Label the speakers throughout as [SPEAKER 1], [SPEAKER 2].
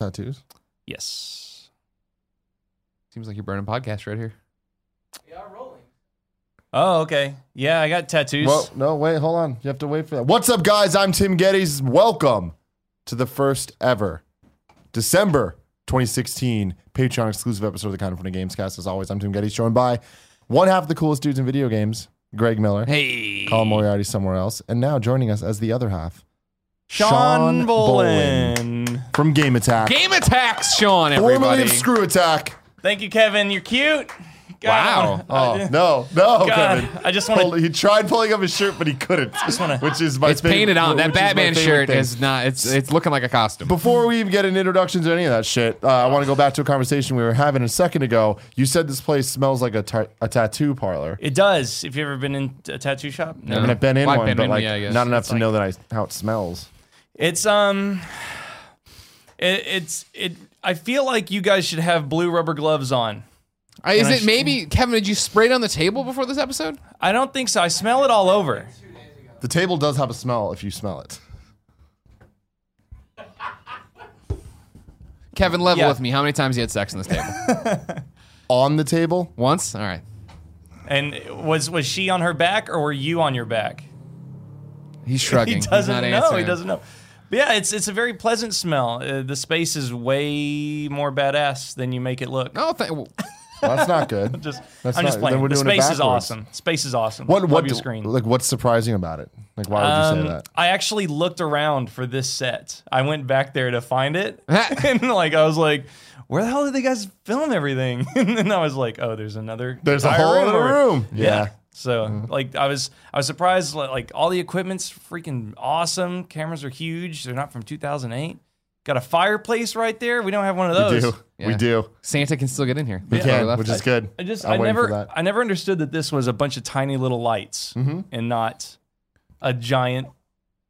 [SPEAKER 1] tattoos.
[SPEAKER 2] Yes.
[SPEAKER 1] Seems like you're burning podcast right here.
[SPEAKER 2] Oh, okay. Yeah, I got tattoos.
[SPEAKER 1] Well, no, wait, hold on. You have to wait for that. What's up, guys? I'm Tim Geddes. Welcome to the first ever December 2016 Patreon exclusive episode of the Kind of Funny Games cast. As always, I'm Tim Geddes, joined by one half of the coolest dudes in video games, Greg Miller,
[SPEAKER 2] hey.
[SPEAKER 1] Colin Moriarty somewhere else, and now joining us as the other half,
[SPEAKER 2] Sean Bolin.
[SPEAKER 1] from Game Attack,
[SPEAKER 3] Game attacks, Sean.
[SPEAKER 1] formerly
[SPEAKER 3] Everybody.
[SPEAKER 1] of Screw Attack.
[SPEAKER 2] Thank you, Kevin. You're cute. God,
[SPEAKER 3] Wow.
[SPEAKER 2] I wanna-
[SPEAKER 1] Oh no, no,
[SPEAKER 2] God,
[SPEAKER 1] Kevin.
[SPEAKER 2] I just wanna-
[SPEAKER 1] Pulled- He tried pulling up his shirt, but he couldn't.
[SPEAKER 2] wanna-
[SPEAKER 1] which is my
[SPEAKER 3] It's painted on. That Batman shirt
[SPEAKER 1] is.
[SPEAKER 3] is not. It's it's looking like a costume.
[SPEAKER 1] Before we even get an introduction to any of that shit, uh, I want to go back to a conversation we were having a second ago. You said this place smells like a, ta- a tattoo parlor.
[SPEAKER 2] It does. If you ever been in a tattoo shop, no.
[SPEAKER 1] I mean, I've been in
[SPEAKER 3] Well, I've
[SPEAKER 1] one,
[SPEAKER 3] been
[SPEAKER 1] but
[SPEAKER 3] in,
[SPEAKER 1] like
[SPEAKER 3] yeah, I guess.
[SPEAKER 1] not enough to know that I how it smells.
[SPEAKER 2] It's um, it, it's it. I feel like you guys should have blue rubber gloves on.
[SPEAKER 3] Uh, is
[SPEAKER 2] I
[SPEAKER 3] it
[SPEAKER 2] sh-
[SPEAKER 3] maybe Kevin? Did you spray it on the table before this episode?
[SPEAKER 2] I don't think so. I smell it all over.
[SPEAKER 1] The table does have a smell if you smell it.
[SPEAKER 3] Kevin, level
[SPEAKER 2] Yeah.
[SPEAKER 3] with me. How many times you had sex on this table?
[SPEAKER 1] On the table,
[SPEAKER 3] Once. All right.
[SPEAKER 2] And was was she on her back or were you on your back?
[SPEAKER 3] He's shrugging.
[SPEAKER 2] He doesn't
[SPEAKER 3] He's not
[SPEAKER 2] know. He
[SPEAKER 3] answering.
[SPEAKER 2] doesn't know. But yeah, it's it's a very pleasant smell. Uh, the space is way more badass than you make it look.
[SPEAKER 3] No, th- Oh, well,
[SPEAKER 1] well, that's not good.
[SPEAKER 2] Just,
[SPEAKER 1] That's
[SPEAKER 2] I'm
[SPEAKER 1] not-
[SPEAKER 2] just
[SPEAKER 1] then
[SPEAKER 2] playing.
[SPEAKER 1] we're
[SPEAKER 2] The
[SPEAKER 1] doing it
[SPEAKER 2] space is
[SPEAKER 1] backwards.
[SPEAKER 2] awesome. Space is awesome.
[SPEAKER 1] what
[SPEAKER 2] Love
[SPEAKER 1] what
[SPEAKER 2] your
[SPEAKER 1] do-
[SPEAKER 2] screen?
[SPEAKER 1] like what's surprising about it? Like why would you
[SPEAKER 2] Um,
[SPEAKER 1] say that?
[SPEAKER 2] I actually looked around for this set. I went back there to find it, and like I was like, "Where the hell did they guys film everything?" and then I was like, "Oh, there's another.
[SPEAKER 1] There's a
[SPEAKER 2] entire
[SPEAKER 1] hole in the
[SPEAKER 2] where-
[SPEAKER 1] room. Yeah. Mm-hmm.
[SPEAKER 2] So like I was I was surprised like, like all the equipment's freaking awesome. Cameras are huge. They're not from 2008. Got a fireplace right there. We don't have one of
[SPEAKER 1] we
[SPEAKER 2] those.
[SPEAKER 1] do. We
[SPEAKER 3] Yeah.
[SPEAKER 1] do.
[SPEAKER 3] Santa can still get in here.
[SPEAKER 1] We
[SPEAKER 3] That's why
[SPEAKER 1] can,
[SPEAKER 3] left
[SPEAKER 1] which
[SPEAKER 3] it.
[SPEAKER 1] is good.
[SPEAKER 2] I just
[SPEAKER 1] I'm
[SPEAKER 2] i
[SPEAKER 1] waiting for
[SPEAKER 2] never
[SPEAKER 1] that. Mm-hmm.
[SPEAKER 2] I never understood that this was a bunch of tiny little lights and not a giant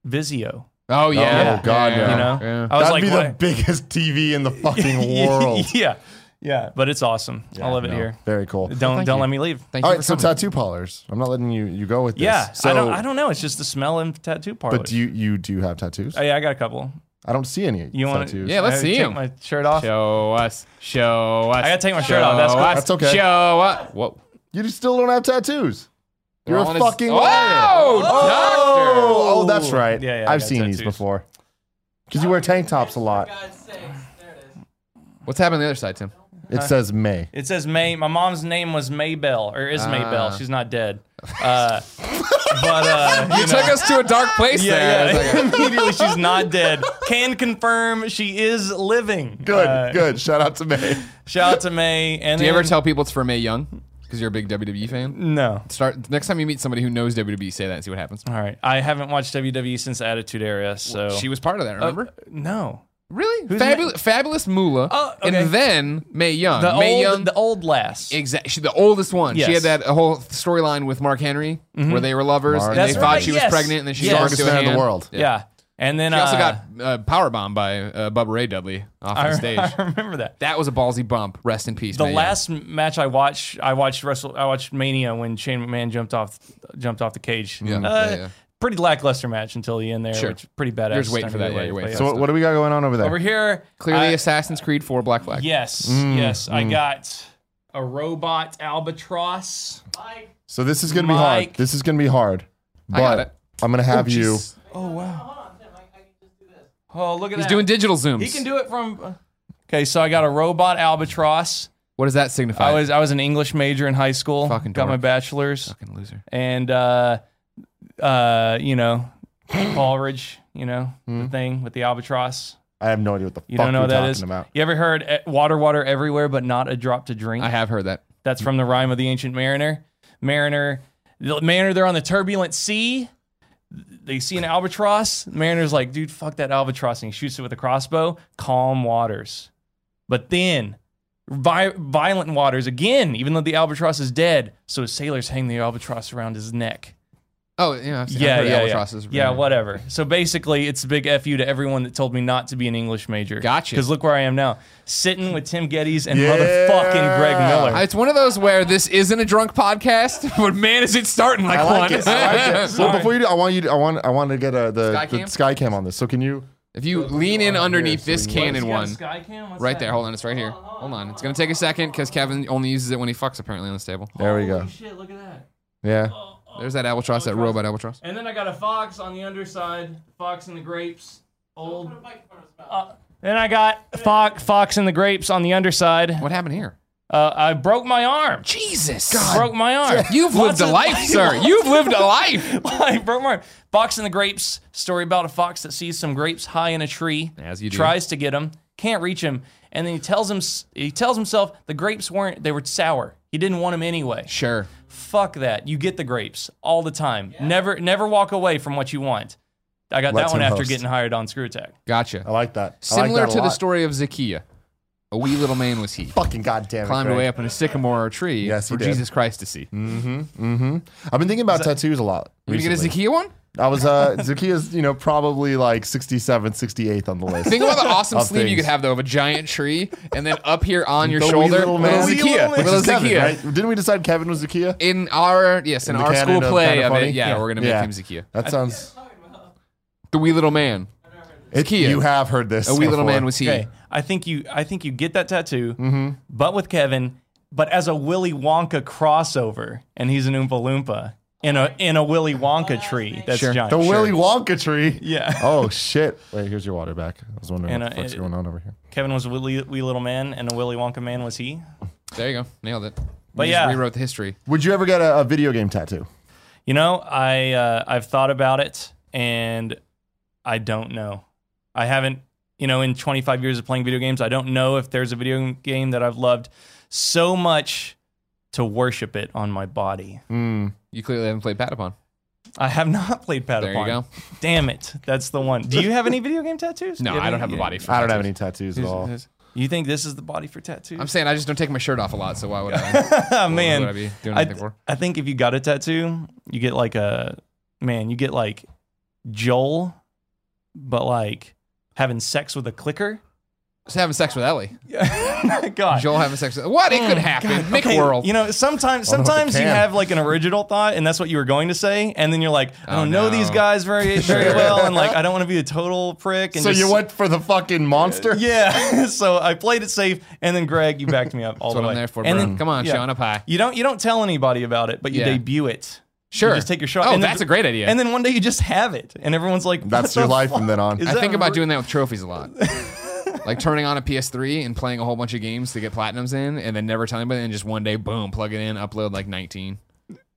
[SPEAKER 2] Vizio.
[SPEAKER 3] Oh yeah.
[SPEAKER 1] Oh, God,
[SPEAKER 3] Yeah.
[SPEAKER 1] no.
[SPEAKER 2] You know,
[SPEAKER 3] Yeah.
[SPEAKER 2] I was
[SPEAKER 1] That'd
[SPEAKER 2] like,
[SPEAKER 1] be the
[SPEAKER 2] "What?"
[SPEAKER 1] biggest TV in the fucking world.
[SPEAKER 2] yeah, yeah, but it's awesome. I love it
[SPEAKER 1] No,
[SPEAKER 2] here.
[SPEAKER 1] Very cool.
[SPEAKER 2] Don't
[SPEAKER 3] thank
[SPEAKER 2] don't
[SPEAKER 3] you.
[SPEAKER 2] let me leave.
[SPEAKER 3] Thank
[SPEAKER 1] All right,
[SPEAKER 3] you for
[SPEAKER 1] so
[SPEAKER 3] coming.
[SPEAKER 1] tattoo parlors. I'm not letting you you go with this.
[SPEAKER 2] Yeah,
[SPEAKER 1] so
[SPEAKER 2] I don't I don't know. It's just the smell in tattoo parlor.
[SPEAKER 1] But do you you do have tattoos?
[SPEAKER 2] Oh, yeah, I got a couple.
[SPEAKER 1] I don't see any
[SPEAKER 2] You want
[SPEAKER 1] tattoos.
[SPEAKER 3] Yeah, let's
[SPEAKER 2] I
[SPEAKER 3] see
[SPEAKER 2] take
[SPEAKER 3] 'em.
[SPEAKER 2] My shirt off.
[SPEAKER 3] Show us. Show us.
[SPEAKER 2] I gotta take my shirt off. That's
[SPEAKER 3] show
[SPEAKER 2] cool.
[SPEAKER 3] us,
[SPEAKER 1] That's okay.
[SPEAKER 3] Show us. Whoa.
[SPEAKER 1] You still don't have tattoos. You're
[SPEAKER 3] All
[SPEAKER 1] a
[SPEAKER 3] in his- Oh!
[SPEAKER 1] fucking
[SPEAKER 3] Whoa,
[SPEAKER 1] liar.
[SPEAKER 3] doctor.
[SPEAKER 1] Oh, oh, that's right.
[SPEAKER 2] Yeah, yeah, I
[SPEAKER 1] I've
[SPEAKER 2] got
[SPEAKER 1] seen these
[SPEAKER 2] tattoos. Uh,
[SPEAKER 1] before. Because you wear tank tops a lot.
[SPEAKER 3] What's happening on the other side, Tim?
[SPEAKER 1] It says May.
[SPEAKER 2] It says May. My mom's name was Maybell, or
[SPEAKER 3] Ah.
[SPEAKER 2] is Maybell. She's not dead. Uh, but uh, you
[SPEAKER 3] You took us to a dark place there.
[SPEAKER 2] yeah,
[SPEAKER 3] It's like-
[SPEAKER 2] yeah. immediately she's not dead. Can confirm she is living.
[SPEAKER 1] Good,
[SPEAKER 2] Uh,
[SPEAKER 1] good. Shout out to May.
[SPEAKER 2] Shout out to May. And
[SPEAKER 3] Do you ever
[SPEAKER 2] then-
[SPEAKER 3] tell people it's for May Young? Because you're a big WWE fan.
[SPEAKER 2] No.
[SPEAKER 3] Start next time you meet somebody who knows WWE, say that and see what happens.
[SPEAKER 2] All right. I haven't watched WWE since Attitude Era, so
[SPEAKER 3] She was part of that, remember?
[SPEAKER 2] no.
[SPEAKER 3] Uh, really?
[SPEAKER 2] who's
[SPEAKER 3] Fabul- Fabulous Moolah,
[SPEAKER 2] Oh, okay.
[SPEAKER 3] and then May Young.
[SPEAKER 2] The
[SPEAKER 3] May
[SPEAKER 2] old,
[SPEAKER 3] Young,
[SPEAKER 2] the old lass.
[SPEAKER 3] exact. She the oldest one. She
[SPEAKER 2] Yes. Mm-hmm.
[SPEAKER 3] had that whole storyline with Mark Henry, where they were lovers,
[SPEAKER 1] Mark
[SPEAKER 3] and they
[SPEAKER 1] Henry.
[SPEAKER 3] thought
[SPEAKER 2] That's
[SPEAKER 3] she was
[SPEAKER 2] right, yes.
[SPEAKER 3] pregnant, and then she
[SPEAKER 2] Yes.
[SPEAKER 3] got
[SPEAKER 2] Strongest
[SPEAKER 3] into a
[SPEAKER 1] man in the
[SPEAKER 3] hand.
[SPEAKER 1] world.
[SPEAKER 2] yeah. And then
[SPEAKER 3] She also
[SPEAKER 2] uh,
[SPEAKER 3] got uh, power bomb by uh, Bubba Ray Dudley off
[SPEAKER 2] I,
[SPEAKER 3] the stage.
[SPEAKER 2] I remember that.
[SPEAKER 3] that was a ballsy bump. Rest in peace.
[SPEAKER 2] The
[SPEAKER 3] Mae Young.
[SPEAKER 2] last m- match I watched, I watched Wrestle, I watched Mania when Shane McMahon jumped off, jumped off the cage.
[SPEAKER 3] Yeah,
[SPEAKER 2] Uh,
[SPEAKER 3] yeah, yeah.
[SPEAKER 2] Pretty lackluster match until the end there,
[SPEAKER 3] Sure.
[SPEAKER 2] which is pretty badass.
[SPEAKER 3] You're just waiting for that, yeah, you're waiting
[SPEAKER 2] But
[SPEAKER 1] So what, what do we got going on over there?
[SPEAKER 2] E. Over here,
[SPEAKER 3] clearly Mm,
[SPEAKER 2] I-
[SPEAKER 3] Assassin's Creed 4 Black Flag.
[SPEAKER 2] yes, yes, I got a robot albatross.
[SPEAKER 1] so this is gonna be hard.
[SPEAKER 2] Mike.
[SPEAKER 1] This is gonna be hard. But
[SPEAKER 3] got it.
[SPEAKER 1] I'm gonna have you.
[SPEAKER 3] Jeez.
[SPEAKER 2] Oh, look at
[SPEAKER 3] He's
[SPEAKER 2] that!
[SPEAKER 3] doing digital zooms.
[SPEAKER 2] He can do it from. uh, Okay, so I got a robot albatross.
[SPEAKER 3] What does that signify?
[SPEAKER 2] I was I was an English major in high school.
[SPEAKER 3] Fucking
[SPEAKER 2] got my
[SPEAKER 3] dork.
[SPEAKER 2] bachelor's,
[SPEAKER 3] fucking loser.
[SPEAKER 2] and uh, uh, you know, Paul Ridge, you know, the thing with the albatross.
[SPEAKER 1] I have no idea what the
[SPEAKER 2] Hmm. You
[SPEAKER 1] fuck
[SPEAKER 2] don't know
[SPEAKER 1] you're
[SPEAKER 2] what that
[SPEAKER 1] talking
[SPEAKER 2] is.
[SPEAKER 1] about.
[SPEAKER 2] You ever heard eh, "water, water everywhere, but not a drop to drink"?
[SPEAKER 3] I have heard that.
[SPEAKER 2] That's from the rhyme of the ancient mariner. Mariner, the mariner, they're on the turbulent sea. They see an albatross. Mariner's like, dude, fuck that albatross. And he shoots it with a crossbow. Calm waters. But then, vi- violent waters again, even though the albatross is dead. So his sailors hang the albatross around his neck.
[SPEAKER 3] Oh, yeah. I've seen, I've
[SPEAKER 2] Yeah,
[SPEAKER 3] heard
[SPEAKER 2] yeah, yeah.
[SPEAKER 3] albatrosses
[SPEAKER 2] yeah,
[SPEAKER 3] really-
[SPEAKER 2] whatever. So basically, it's a big F you to everyone that told me not to be an English major.
[SPEAKER 3] Gotcha.
[SPEAKER 2] Because look where I am now. Sitting with Tim Geddes and
[SPEAKER 1] Yeah.
[SPEAKER 2] motherfucking Greg Miller.
[SPEAKER 3] It's one of those where this isn't a drunk podcast, but man, is it starting like
[SPEAKER 1] I like
[SPEAKER 3] one.
[SPEAKER 1] it. I like it.
[SPEAKER 2] Sorry.
[SPEAKER 1] Well, before you do, I want you. To, I want. I want to get uh the
[SPEAKER 3] Sky
[SPEAKER 1] the
[SPEAKER 3] cam?
[SPEAKER 1] sky cam on this. So can you
[SPEAKER 3] If you lean in underneath this cannon one,
[SPEAKER 2] Sky cam? What's
[SPEAKER 3] right
[SPEAKER 2] that?
[SPEAKER 3] there. Hold on, it's right here. Hold on. It's gonna take a second because Kevin only uses it when he fucks apparently on this table.
[SPEAKER 1] There we go.
[SPEAKER 2] Holy shit, look at that.
[SPEAKER 1] Yeah.
[SPEAKER 3] There's that albatross, that robot albatross.
[SPEAKER 2] And then I got a fox on the underside, fox and the grapes, old. Uh, then I got fox, fox and the grapes on the underside.
[SPEAKER 3] What happened here?
[SPEAKER 2] Uh, I broke my arm.
[SPEAKER 3] Jesus.
[SPEAKER 2] Broke my arm.
[SPEAKER 3] You've
[SPEAKER 2] Lots
[SPEAKER 3] lived a
[SPEAKER 2] of-
[SPEAKER 3] life, sir. You've lived a life.
[SPEAKER 2] I broke my arm. Fox and the grapes. Story about a fox that sees some grapes high in a tree.
[SPEAKER 3] As you do.
[SPEAKER 2] Tries to get them, can't reach them, and then he tells him he tells himself the grapes weren't they were sour. He didn't want them anyway.
[SPEAKER 3] Sure.
[SPEAKER 2] Fuck that. You get the grapes all the time. Never never walk away from what you want. I got
[SPEAKER 1] Let
[SPEAKER 2] that one
[SPEAKER 1] him
[SPEAKER 2] after
[SPEAKER 1] host.
[SPEAKER 2] getting hired on Screw Attack.
[SPEAKER 3] Gotcha.
[SPEAKER 1] I like that. I like
[SPEAKER 3] Similar
[SPEAKER 1] that a
[SPEAKER 3] to the
[SPEAKER 1] lot.
[SPEAKER 3] story of Zacchaeus, a wee little man was he.
[SPEAKER 1] Fucking goddamn.
[SPEAKER 3] Climbed away up in a sycamore tree
[SPEAKER 1] Yes, he
[SPEAKER 3] for
[SPEAKER 1] did. Mm-hmm.
[SPEAKER 3] Jesus Christ to see. You
[SPEAKER 1] I've been thinking about tattoos a lot.
[SPEAKER 3] gonna get a
[SPEAKER 1] recently.
[SPEAKER 3] Zacchaeus one?
[SPEAKER 1] I was uh Zakia's, you know, probably like 67th, 68th on the list.
[SPEAKER 3] Think about the awesome
[SPEAKER 1] Of
[SPEAKER 3] sleeve you
[SPEAKER 1] things.
[SPEAKER 3] could have though of a giant tree, and then up here on your
[SPEAKER 1] The wee
[SPEAKER 3] shoulder,
[SPEAKER 1] little man.
[SPEAKER 3] little
[SPEAKER 1] The wee
[SPEAKER 3] Zacchaeus.
[SPEAKER 2] little man.
[SPEAKER 1] Which
[SPEAKER 3] Little
[SPEAKER 1] is Kevin,
[SPEAKER 3] Zacchaeus.
[SPEAKER 1] right? Didn't we decide Kevin was Zakia?
[SPEAKER 3] In our yes, in,
[SPEAKER 1] In the
[SPEAKER 3] our
[SPEAKER 1] canon
[SPEAKER 3] school
[SPEAKER 1] of
[SPEAKER 3] play
[SPEAKER 1] Kinda
[SPEAKER 3] of,
[SPEAKER 1] Funny?
[SPEAKER 3] it, yeah,
[SPEAKER 1] Yeah.
[SPEAKER 3] we're gonna make him Zacchaeus.
[SPEAKER 1] That sounds.
[SPEAKER 3] The wee little man,
[SPEAKER 1] It,
[SPEAKER 3] Zakiya.
[SPEAKER 1] you have heard this.
[SPEAKER 3] a wee little
[SPEAKER 1] before.
[SPEAKER 3] man was he.
[SPEAKER 2] Okay. I think you I think you get that tattoo,
[SPEAKER 1] Mm-hmm.
[SPEAKER 2] but with Kevin, but as a Willy Wonka crossover, and he's an Oompa Loompa in a in a Willy Wonka tree. That's
[SPEAKER 3] Sure.
[SPEAKER 2] giant.
[SPEAKER 1] the Willy Wonka tree.
[SPEAKER 2] Yeah.
[SPEAKER 1] Oh shit! Wait, here's your water back. I was wondering
[SPEAKER 2] And,
[SPEAKER 1] what the
[SPEAKER 2] uh,
[SPEAKER 1] fuck's
[SPEAKER 2] it-
[SPEAKER 1] going on over here.
[SPEAKER 2] Kevin was a wee, wee little man, and a Willy Wonka man was he.
[SPEAKER 3] There you go, nailed it.
[SPEAKER 2] But
[SPEAKER 3] You just
[SPEAKER 2] yeah.
[SPEAKER 3] rewrote the history.
[SPEAKER 1] Would you ever get a, a video game tattoo?
[SPEAKER 2] You know, I uh, I've thought about it, and I don't know. I haven't, you know, in 25 years of playing video games, I don't know if there's a video game that I've loved so much to worship it on my body.
[SPEAKER 1] Mm.
[SPEAKER 3] You clearly haven't played Patapon.
[SPEAKER 2] I have not played Patapon.
[SPEAKER 3] There you go.
[SPEAKER 2] Damn it, that's the one. Do you have any video game tattoos?
[SPEAKER 3] No,
[SPEAKER 2] Do you
[SPEAKER 3] I don't have
[SPEAKER 2] any-
[SPEAKER 3] a body. For
[SPEAKER 1] I don't have any
[SPEAKER 3] tattoos.
[SPEAKER 1] tattoos at all.
[SPEAKER 2] You think this is the body for tattoos?
[SPEAKER 3] I'm saying I just don't take my shirt off a lot, so why would I?
[SPEAKER 2] Ah, man,
[SPEAKER 3] would I be doing
[SPEAKER 2] I,
[SPEAKER 3] anything for?
[SPEAKER 2] I think if you got a tattoo, you get like a man, you get like Joel, but like having sex with a clicker.
[SPEAKER 3] Just having sex with Ellie.
[SPEAKER 2] God.
[SPEAKER 3] Joel having sex with what? It could happen. Mick
[SPEAKER 2] Oh, Okay,
[SPEAKER 3] World.
[SPEAKER 2] You know, sometimes
[SPEAKER 1] Although it
[SPEAKER 2] sometimes you
[SPEAKER 1] can.
[SPEAKER 2] have like an original thought, and that's what you were going to say, and then you're like, I
[SPEAKER 3] Oh,
[SPEAKER 2] don't know
[SPEAKER 3] no.
[SPEAKER 2] these guys very very
[SPEAKER 3] Sure.
[SPEAKER 2] well, and like I don't want to be a total prick. And
[SPEAKER 1] So
[SPEAKER 2] just-
[SPEAKER 1] you went for the fucking monster?
[SPEAKER 2] Yeah. so I played it safe, and then Greg, you backed me up all the
[SPEAKER 3] That's what
[SPEAKER 2] way.
[SPEAKER 3] I'm there for, bro.
[SPEAKER 2] and then-
[SPEAKER 3] Come on,
[SPEAKER 2] yeah.
[SPEAKER 3] Sean, up high.
[SPEAKER 2] You don't you don't tell anybody about it, but you
[SPEAKER 3] Yeah.
[SPEAKER 2] debut it.
[SPEAKER 3] Sure.
[SPEAKER 2] You just take your shot.
[SPEAKER 3] Oh,
[SPEAKER 2] and then-
[SPEAKER 3] that's a great idea.
[SPEAKER 2] And then one day you just have it, and everyone's like, what
[SPEAKER 1] That's your
[SPEAKER 2] the
[SPEAKER 1] life
[SPEAKER 2] fuck?
[SPEAKER 1] from then on.
[SPEAKER 2] Is
[SPEAKER 3] I
[SPEAKER 2] that
[SPEAKER 3] think about
[SPEAKER 2] re-
[SPEAKER 3] doing that with trophies a lot. like turning on a PS3 and playing a whole bunch of games to get platinums in, and then never telling anybody, and just one day, boom, plug it in, upload like 19.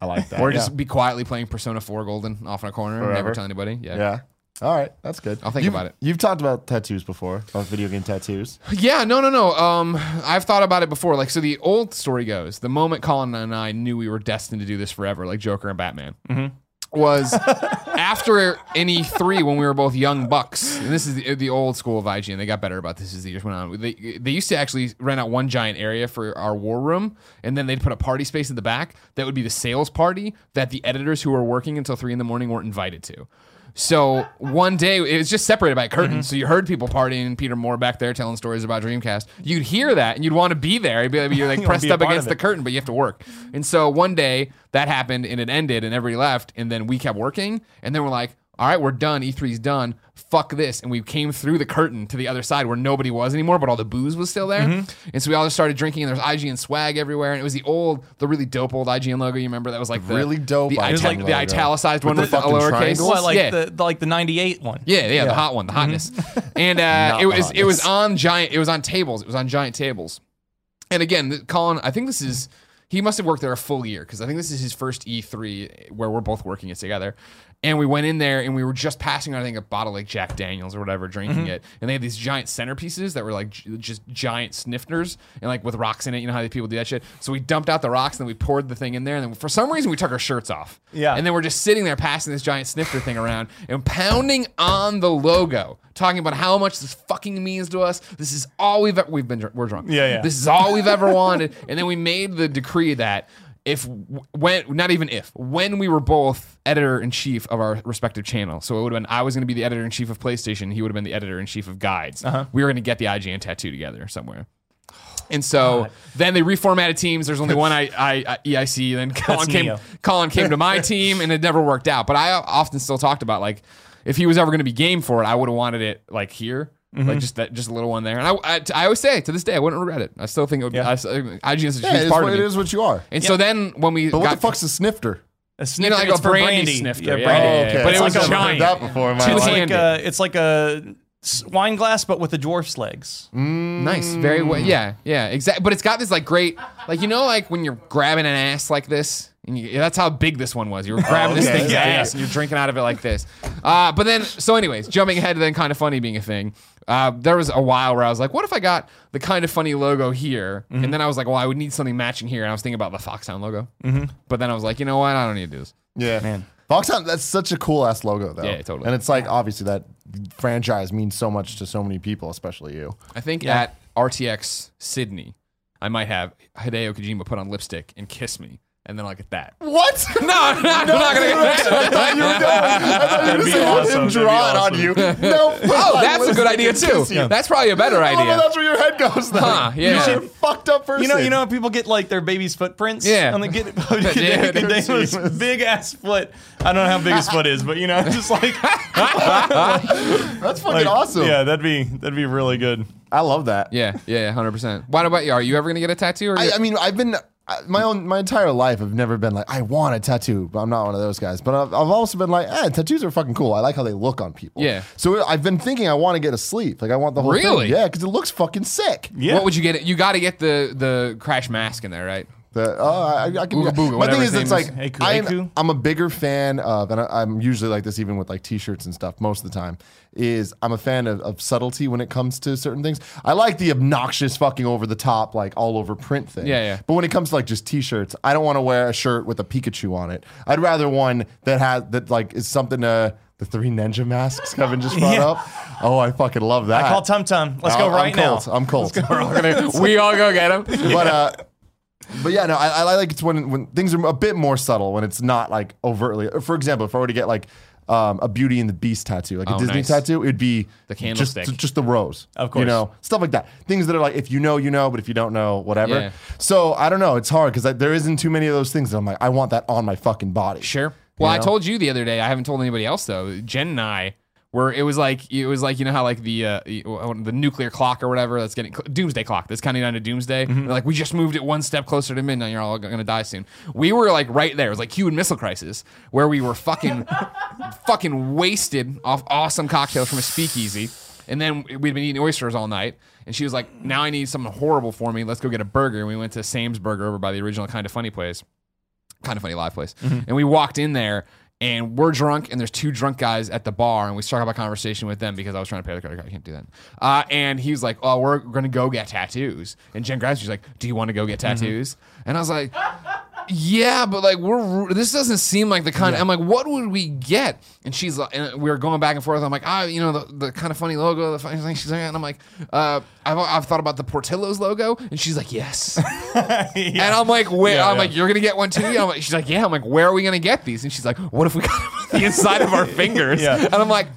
[SPEAKER 1] I like that.
[SPEAKER 3] Or
[SPEAKER 1] yeah.
[SPEAKER 3] just be quietly playing Persona 4 Golden off in a corner, and never
[SPEAKER 1] Forever.
[SPEAKER 3] tell anybody. Yeah.
[SPEAKER 1] yeah. All right, that's good.
[SPEAKER 3] I'll think
[SPEAKER 1] You've-
[SPEAKER 3] about it.
[SPEAKER 1] You've talked about tattoos before, about video game tattoos.
[SPEAKER 3] Yeah, no, no, no. Um, I've thought about it before. Like, so the old story goes: the moment Colin and I knew we were destined to do this forever, like Joker and Batman, was after any three when we were both young bucks. And this is the, the old school of IGN. They got better about this as the years went on. They they used to actually rent out one giant area for our war room, and then they'd put a party space in the back that would be the sales party that the editors who were working until three in the morning weren't invited to. So one day it was just separated by a
[SPEAKER 2] Mm-hmm.
[SPEAKER 3] curtain. So you heard people partying and Peter Moore back there telling stories about Dreamcast. You'd hear that and you'd want to be there. You'd be like, you're like
[SPEAKER 2] You wanna
[SPEAKER 3] pressed
[SPEAKER 2] be a
[SPEAKER 3] up
[SPEAKER 2] part
[SPEAKER 3] against
[SPEAKER 2] of
[SPEAKER 3] the
[SPEAKER 2] it.
[SPEAKER 3] curtain, but you have to work.
[SPEAKER 2] Mm-hmm.
[SPEAKER 3] And so one day that happened and it ended and everybody left. And then we kept working. And then we're like, all right, we're done. E3's done. Fuck this. And we came through the curtain to the other side where nobody was anymore, but all the booze was still there.
[SPEAKER 2] Mm-hmm.
[SPEAKER 3] And so we all just started drinking and there was IGN swag everywhere. And it was the old, the really dope old IGN logo. You remember that was like the
[SPEAKER 1] Really dope
[SPEAKER 3] the,
[SPEAKER 1] IGN
[SPEAKER 3] ita-
[SPEAKER 1] logo.
[SPEAKER 3] the italicized one
[SPEAKER 1] the
[SPEAKER 3] with the,
[SPEAKER 1] fucking
[SPEAKER 3] lowercase.
[SPEAKER 1] triangles?
[SPEAKER 2] What, like
[SPEAKER 3] yeah.
[SPEAKER 2] the like the '98 one?
[SPEAKER 3] Yeah, yeah, the hot one, the hotness. and uh,
[SPEAKER 1] Not
[SPEAKER 3] it
[SPEAKER 1] the
[SPEAKER 3] was it was
[SPEAKER 1] hotness.
[SPEAKER 3] on giant. It was on tables. It was on giant tables. And again, th- Colin, I think this is he must have worked there a full year because I think this is his first E3 where we're both working it together. And we went in there and we were just passing, I think, a bottle like Jack Daniels or whatever, drinking it. And they had these giant centerpieces that were like j- just giant snifters and like with rocks in it. You know how these people do that shit. So we dumped out the rocks and then we poured the thing in there. And then for some reason we took our shirts off.
[SPEAKER 2] Yeah.
[SPEAKER 3] And then we're just sitting there passing this giant snifter thing around and pounding on the logo, talking about how much this fucking means to us. This is all we've ever, we've been dr- we're drunk.
[SPEAKER 2] Yeah, yeah.
[SPEAKER 3] This is all we've ever wanted. And then we made the decree that if when not even if when we were both editor in chief of our respective channel, so it would have been I was going to be the editor in chief of PlayStation, he would have been the editor in chief of Guides.
[SPEAKER 2] Uh-huh.
[SPEAKER 3] We were going to get the IGN tattoo together somewhere. And so then they reformatted teams. There's only one I, I, E I EIC. Then Colin came,
[SPEAKER 2] Neo.
[SPEAKER 3] Colin came to my team, and it never worked out. But I often still talked about like if he was ever going to be game for it, I would have wanted it like here,
[SPEAKER 1] Mm-hmm.
[SPEAKER 3] like just that, just a little one there. And I, I, I always say to this day, I wouldn't regret it. I still think it would.
[SPEAKER 2] Yeah.
[SPEAKER 3] I, s- IGN is a
[SPEAKER 1] Yeah, it
[SPEAKER 3] huge
[SPEAKER 1] is,
[SPEAKER 3] part
[SPEAKER 1] what,
[SPEAKER 3] of
[SPEAKER 1] it
[SPEAKER 3] me.
[SPEAKER 1] is what you are.
[SPEAKER 3] And so then when we
[SPEAKER 1] But what
[SPEAKER 3] got
[SPEAKER 1] the fuck's a snifter?
[SPEAKER 2] A snifter,
[SPEAKER 3] like
[SPEAKER 2] it's
[SPEAKER 3] a
[SPEAKER 2] for
[SPEAKER 3] brandy
[SPEAKER 2] brandy
[SPEAKER 3] snifter,
[SPEAKER 2] Yeah,
[SPEAKER 3] yeah.
[SPEAKER 2] brandy.
[SPEAKER 3] Oh, okay. But
[SPEAKER 2] It's
[SPEAKER 3] it was
[SPEAKER 2] like a
[SPEAKER 1] I've never
[SPEAKER 2] giant.
[SPEAKER 1] heard that before in my
[SPEAKER 3] Two
[SPEAKER 2] It's
[SPEAKER 1] life.
[SPEAKER 2] like
[SPEAKER 3] handed.
[SPEAKER 2] a, it's like a s- wine glass, but with the dwarf's legs.
[SPEAKER 3] nice, very well,
[SPEAKER 1] Mm.
[SPEAKER 3] yeah, yeah, exactly. But it's got this like great, like you know, like when you're grabbing an ass like this. And you, that's how big this one was. You were grabbing this
[SPEAKER 1] Oh, okay.
[SPEAKER 3] thing's
[SPEAKER 1] Yeah,
[SPEAKER 3] ass and you're drinking out of it like this. Uh, but then, so anyways, jumping ahead to then kind of funny being a thing. Uh, there was a while where I was like, what if I got the kind of funny logo here?
[SPEAKER 1] Mm-hmm.
[SPEAKER 3] And then I was like, well, I would need something matching here. And I was thinking about the Foxhound logo.
[SPEAKER 1] Mm-hmm.
[SPEAKER 3] But then I was like, you know what? I don't need to do this.
[SPEAKER 1] Yeah. Man. Foxhound, that's such a cool ass logo, though.
[SPEAKER 3] Yeah, totally.
[SPEAKER 1] And it's like, obviously, that franchise means so much to so many people, especially you.
[SPEAKER 3] I think at RTX Sydney, I might have Hideo Kojima put on lipstick and kiss me, and then I'll get that.
[SPEAKER 1] What?
[SPEAKER 3] No, I'm not, I'm not gonna get that.
[SPEAKER 1] I thought you were going. I thought you were
[SPEAKER 2] be
[SPEAKER 1] going to
[SPEAKER 2] awesome.
[SPEAKER 1] him
[SPEAKER 2] That'd be
[SPEAKER 1] draw it
[SPEAKER 2] awesome.
[SPEAKER 1] on you. No.
[SPEAKER 3] Oh, that's a good idea too. That's probably a better idea.
[SPEAKER 1] that's where your head goes, though.
[SPEAKER 3] Huh, yeah.
[SPEAKER 1] You're a fucked up person.
[SPEAKER 2] You know, you know, how people get like their baby's footprints.
[SPEAKER 3] Yeah.
[SPEAKER 2] on the get Dame's big ass foot. I don't know how big his foot is, but you know, it's just like,
[SPEAKER 1] That's fucking
[SPEAKER 2] like,
[SPEAKER 1] awesome.
[SPEAKER 2] Yeah, that'd be that'd be really good.
[SPEAKER 1] I love that.
[SPEAKER 3] Yeah, yeah, hundred percent. What about you? Are you ever gonna get a tattoo? Or
[SPEAKER 1] I, I mean, I've been I- my own my entire life. I've never been like I want a tattoo, but I'm not one of those guys. But I've, I've also been like, eh, tattoos are fucking cool. I like how they look on people.
[SPEAKER 3] Yeah.
[SPEAKER 1] So I've been thinking I want to get a sleeve. Like I want the whole thing.
[SPEAKER 3] Really?
[SPEAKER 1] Yeah, because it looks fucking sick.
[SPEAKER 2] Yeah.
[SPEAKER 3] What would you get? You got to get the the crash mask in there, right?
[SPEAKER 1] The, oh, I, I can do
[SPEAKER 3] Ooga
[SPEAKER 1] that.
[SPEAKER 3] booga,
[SPEAKER 1] My
[SPEAKER 3] whatever
[SPEAKER 1] thing
[SPEAKER 3] his
[SPEAKER 1] is, it's
[SPEAKER 3] name
[SPEAKER 1] like
[SPEAKER 3] is.
[SPEAKER 2] Haiku, haiku.
[SPEAKER 1] I'm, I'm a bigger fan of, and I, I'm usually like this even with like t-shirts and stuff most of the time. Is I'm a fan of, of subtlety when it comes to certain things. I like the obnoxious fucking over the top, like all over print thing.
[SPEAKER 3] Yeah, yeah.
[SPEAKER 1] But when it comes to like just t-shirts, I don't want to wear a shirt with a Pikachu on it. I'd rather one that has that like is something uh the three ninja masks Kevin just brought
[SPEAKER 2] Yeah.
[SPEAKER 1] up. Oh, I fucking love that.
[SPEAKER 2] Call Tum Tum. Let's go
[SPEAKER 1] I'm-
[SPEAKER 2] right
[SPEAKER 1] I'm cold.
[SPEAKER 2] now.
[SPEAKER 1] I'm cold.
[SPEAKER 3] we all go get him.
[SPEAKER 1] But uh, but yeah, no, I, I like it's when when things are a bit more subtle when it's not like overtly. For example, if I were to get like um, a Beauty and the Beast tattoo, like a
[SPEAKER 3] Oh,
[SPEAKER 1] Disney
[SPEAKER 3] nice.
[SPEAKER 1] tattoo, it'd be
[SPEAKER 3] The
[SPEAKER 1] just
[SPEAKER 3] candlestick.
[SPEAKER 1] just the rose,
[SPEAKER 2] Of
[SPEAKER 1] you
[SPEAKER 2] course.
[SPEAKER 1] know, stuff like that. Things that are like if you know, you know, but if you don't know, whatever.
[SPEAKER 3] Yeah.
[SPEAKER 1] So I don't know. It's hard because there isn't too many of those things that I'm like, I want that on my fucking body.
[SPEAKER 3] Sure. Well, I
[SPEAKER 1] know?
[SPEAKER 3] told you the other day. I haven't told anybody else though. Jen and I were. It was like it was like you know how like the uh, the nuclear clock or whatever that's getting doomsday clock that's counting down to doomsday. They're Like we just moved it one step closer to midnight. You're all gonna die soon. We were like right there. It was like Cuban Missile Crisis where we were fucking fucking wasted off awesome cocktails from a speakeasy. And then we'd been eating oysters all night. And she was like, now I need something horrible for me. Let's go get a burger. And we went to Sam's Burger over by the original Kind of Funny place kind of funny live place.
[SPEAKER 2] Mm-hmm.
[SPEAKER 3] And we walked in there and we're drunk and there's two drunk guys at the bar and we struck up a conversation with them because I was trying to pay the credit card. I can't do that. Uh, and he was like, oh, we're going to go get tattoos. And Jen grabs me. She's like, do you want to go get
[SPEAKER 2] Mm-hmm.
[SPEAKER 3] tattoos? And I was like, yeah, but like we're this doesn't seem like the kind. I'm like, what would we get? And she's like, and we were going back and forth. I'm like, ah, you know, the, the kind of funny logo, the funny thing. She's like, and I'm like, uh, I've I've thought about the Portillo's logo, and she's like, yes. And I'm like, wait, I'm
[SPEAKER 2] yeah.
[SPEAKER 3] like, you're gonna get one too. I'm like, she's like, yeah. I'm like, where are we gonna get these? And she's like, what if we got them on the inside of our fingers?
[SPEAKER 2] Yeah.
[SPEAKER 3] And I'm like.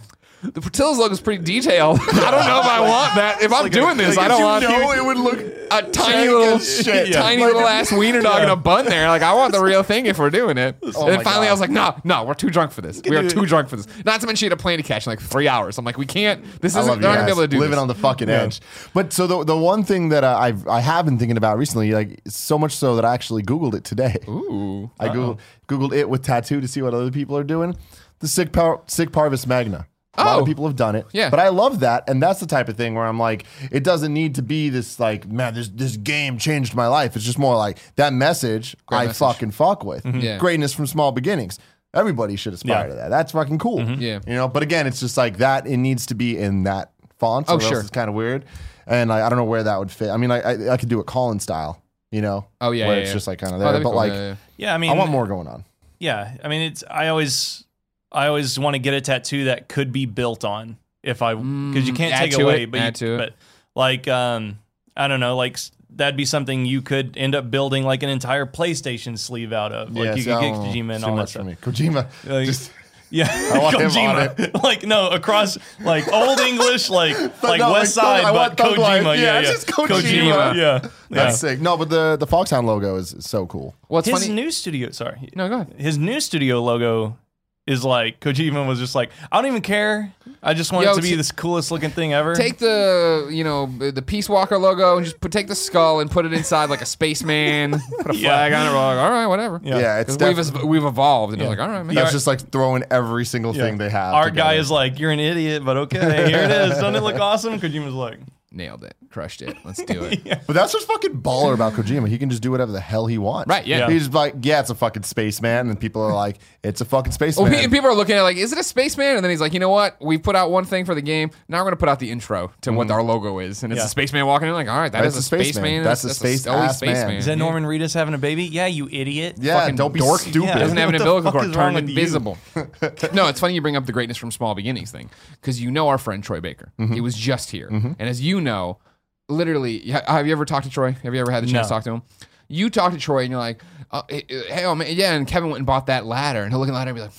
[SPEAKER 3] The Portillo's logo is pretty detailed. I don't know if I want that. If I'm doing this,
[SPEAKER 1] Like,
[SPEAKER 3] I
[SPEAKER 1] if
[SPEAKER 3] don't
[SPEAKER 1] you
[SPEAKER 3] want
[SPEAKER 1] know it would look
[SPEAKER 3] a tiny little
[SPEAKER 1] as shit.
[SPEAKER 2] Yeah.
[SPEAKER 3] tiny little ass wiener dog in a bun there. Like I want the real thing if we're doing it. and then
[SPEAKER 1] Oh my
[SPEAKER 3] finally
[SPEAKER 1] God.
[SPEAKER 3] I was like, no, no, we're too drunk for this. We are too drunk for this. Not to mention she had a plane to catch in like three hours. I'm like, we can't. This
[SPEAKER 1] I
[SPEAKER 3] isn't.
[SPEAKER 1] love
[SPEAKER 3] They're
[SPEAKER 1] you
[SPEAKER 3] not gonna be
[SPEAKER 1] guys.
[SPEAKER 3] able to do
[SPEAKER 1] living
[SPEAKER 3] this.
[SPEAKER 1] on the fucking edge. But so the the one thing that I, I've I have been thinking about recently, like so much so that I actually googled it today.
[SPEAKER 3] Ooh.
[SPEAKER 1] I googled, googled it with tattoo to see what other people are doing. The sick par- sick parvis magna. A lot
[SPEAKER 3] Oh.
[SPEAKER 1] of people have done it.
[SPEAKER 3] Yeah.
[SPEAKER 1] But I love that. And that's the type of thing where I'm like, it doesn't need to be this like, man, this this game changed my life. It's just more like that message I
[SPEAKER 3] message. Mm-hmm.
[SPEAKER 1] fucking fuck with.
[SPEAKER 3] Yeah.
[SPEAKER 1] Greatness from small beginnings. Everybody should aspire
[SPEAKER 2] Yeah.
[SPEAKER 1] to that. That's fucking cool.
[SPEAKER 3] Mm-hmm. Yeah.
[SPEAKER 1] You know, but again, it's just like that it needs to be in that font. Or
[SPEAKER 3] Oh,
[SPEAKER 1] else
[SPEAKER 3] sure.
[SPEAKER 1] It's kind of weird. And I, I don't know where that would fit. I mean, I I, I could do it Colin style, you know?
[SPEAKER 3] Oh, yeah,
[SPEAKER 1] Where
[SPEAKER 3] yeah,
[SPEAKER 1] it's
[SPEAKER 3] yeah.
[SPEAKER 1] just like kind of
[SPEAKER 3] Oh,
[SPEAKER 1] there.
[SPEAKER 3] that'd
[SPEAKER 1] but
[SPEAKER 3] be cool.
[SPEAKER 1] like
[SPEAKER 3] Yeah, yeah.
[SPEAKER 2] yeah, I mean,
[SPEAKER 1] I want more going on.
[SPEAKER 2] Yeah, I mean, it's I always I always want to get a tattoo that could be built on if I because you can't
[SPEAKER 3] Mm, add
[SPEAKER 2] take
[SPEAKER 3] to
[SPEAKER 2] away,
[SPEAKER 3] it,
[SPEAKER 2] but you-
[SPEAKER 3] add to it.
[SPEAKER 2] but like um I don't know like. s- That'd be something you could end up building like an entire PlayStation sleeve out of. Like you
[SPEAKER 1] see,
[SPEAKER 2] could
[SPEAKER 1] I
[SPEAKER 2] get
[SPEAKER 1] don't know.
[SPEAKER 2] Kojima and
[SPEAKER 1] oh, Too
[SPEAKER 2] all that
[SPEAKER 1] much for
[SPEAKER 2] stuff.
[SPEAKER 1] me. Kojima.
[SPEAKER 2] Like,
[SPEAKER 1] just
[SPEAKER 2] yeah,
[SPEAKER 1] want him
[SPEAKER 2] Kojima. Like no, across like old English, like like
[SPEAKER 1] no,
[SPEAKER 2] West
[SPEAKER 1] like Thug-
[SPEAKER 2] Side,
[SPEAKER 1] I want
[SPEAKER 2] but
[SPEAKER 1] Thug Life.
[SPEAKER 2] Kojima.
[SPEAKER 1] Yeah,
[SPEAKER 2] Yeah, yeah,
[SPEAKER 1] just Kojima.
[SPEAKER 2] Yeah, yeah.
[SPEAKER 1] that's sick. No, but the the Foxhound logo is, is so cool.
[SPEAKER 3] What's
[SPEAKER 2] His
[SPEAKER 3] funny?
[SPEAKER 2] new studio. Sorry,
[SPEAKER 3] no, go ahead.
[SPEAKER 2] his new studio logo is like Kojima was just like, I don't even care. I just want
[SPEAKER 3] Yo,
[SPEAKER 2] it to be
[SPEAKER 3] t-
[SPEAKER 2] this coolest looking thing ever.
[SPEAKER 3] Take the you know the Peace Walker logo and just put, take the skull and put it inside like a spaceman. Put a
[SPEAKER 2] Yeah.
[SPEAKER 3] flag on it. We're like, all right, whatever.
[SPEAKER 1] Yeah,
[SPEAKER 2] Yeah.
[SPEAKER 1] it's
[SPEAKER 3] 'Cause
[SPEAKER 1] definitely.
[SPEAKER 3] we've we've evolved and they're like, all right, man.
[SPEAKER 1] That's just like throwing every single thing they have.
[SPEAKER 2] Art guy
[SPEAKER 1] together.
[SPEAKER 2] is like, you're an idiot, but okay, here it is. Doesn't it look awesome? Kojima's like,
[SPEAKER 3] nailed it, crushed it. Let's do it.
[SPEAKER 1] But that's what's fucking baller about Kojima. He can just do whatever the hell he wants.
[SPEAKER 3] Right, yeah. Yeah.
[SPEAKER 1] He's like, yeah, it's a fucking spaceman. And people are like, it's a fucking
[SPEAKER 3] Well,
[SPEAKER 2] Oh,
[SPEAKER 1] spaceman.
[SPEAKER 3] Oh, pe- people are looking at it like, is it a spaceman? And then he's like, you know what? We put out one thing for the game. Now we're gonna put out the intro to what our logo is, and it's
[SPEAKER 2] Yeah.
[SPEAKER 3] a spaceman walking in. Like, all right, that
[SPEAKER 1] That's
[SPEAKER 3] is
[SPEAKER 1] a
[SPEAKER 3] a
[SPEAKER 1] spaceman.
[SPEAKER 3] spaceman.
[SPEAKER 1] That's a space
[SPEAKER 3] always
[SPEAKER 1] ass man.
[SPEAKER 2] is
[SPEAKER 1] Is
[SPEAKER 2] that Norman Reedus having a baby? Yeah, you idiot.
[SPEAKER 1] yeah,
[SPEAKER 3] fucking
[SPEAKER 1] don't be
[SPEAKER 3] dork.
[SPEAKER 1] stupid.
[SPEAKER 2] Yeah.
[SPEAKER 3] doesn't have an
[SPEAKER 2] What the
[SPEAKER 3] umbilical
[SPEAKER 2] fuck
[SPEAKER 3] cord
[SPEAKER 2] is wrong
[SPEAKER 3] turned
[SPEAKER 2] with you?
[SPEAKER 3] invisible. no, it's funny you bring up the greatness from small beginnings thing because you know our friend Troy Baker.
[SPEAKER 2] Mm-hmm.
[SPEAKER 3] He was just here, and as you know, literally, ha- have you ever talked to Troy? Have you ever had the chance to
[SPEAKER 2] No.
[SPEAKER 3] talk to him? You talk to Troy, and you're like, uh, eh, eh, "Hey, oh man, yeah." And Kevin went and bought that ladder, and he'll look at the ladder and be like.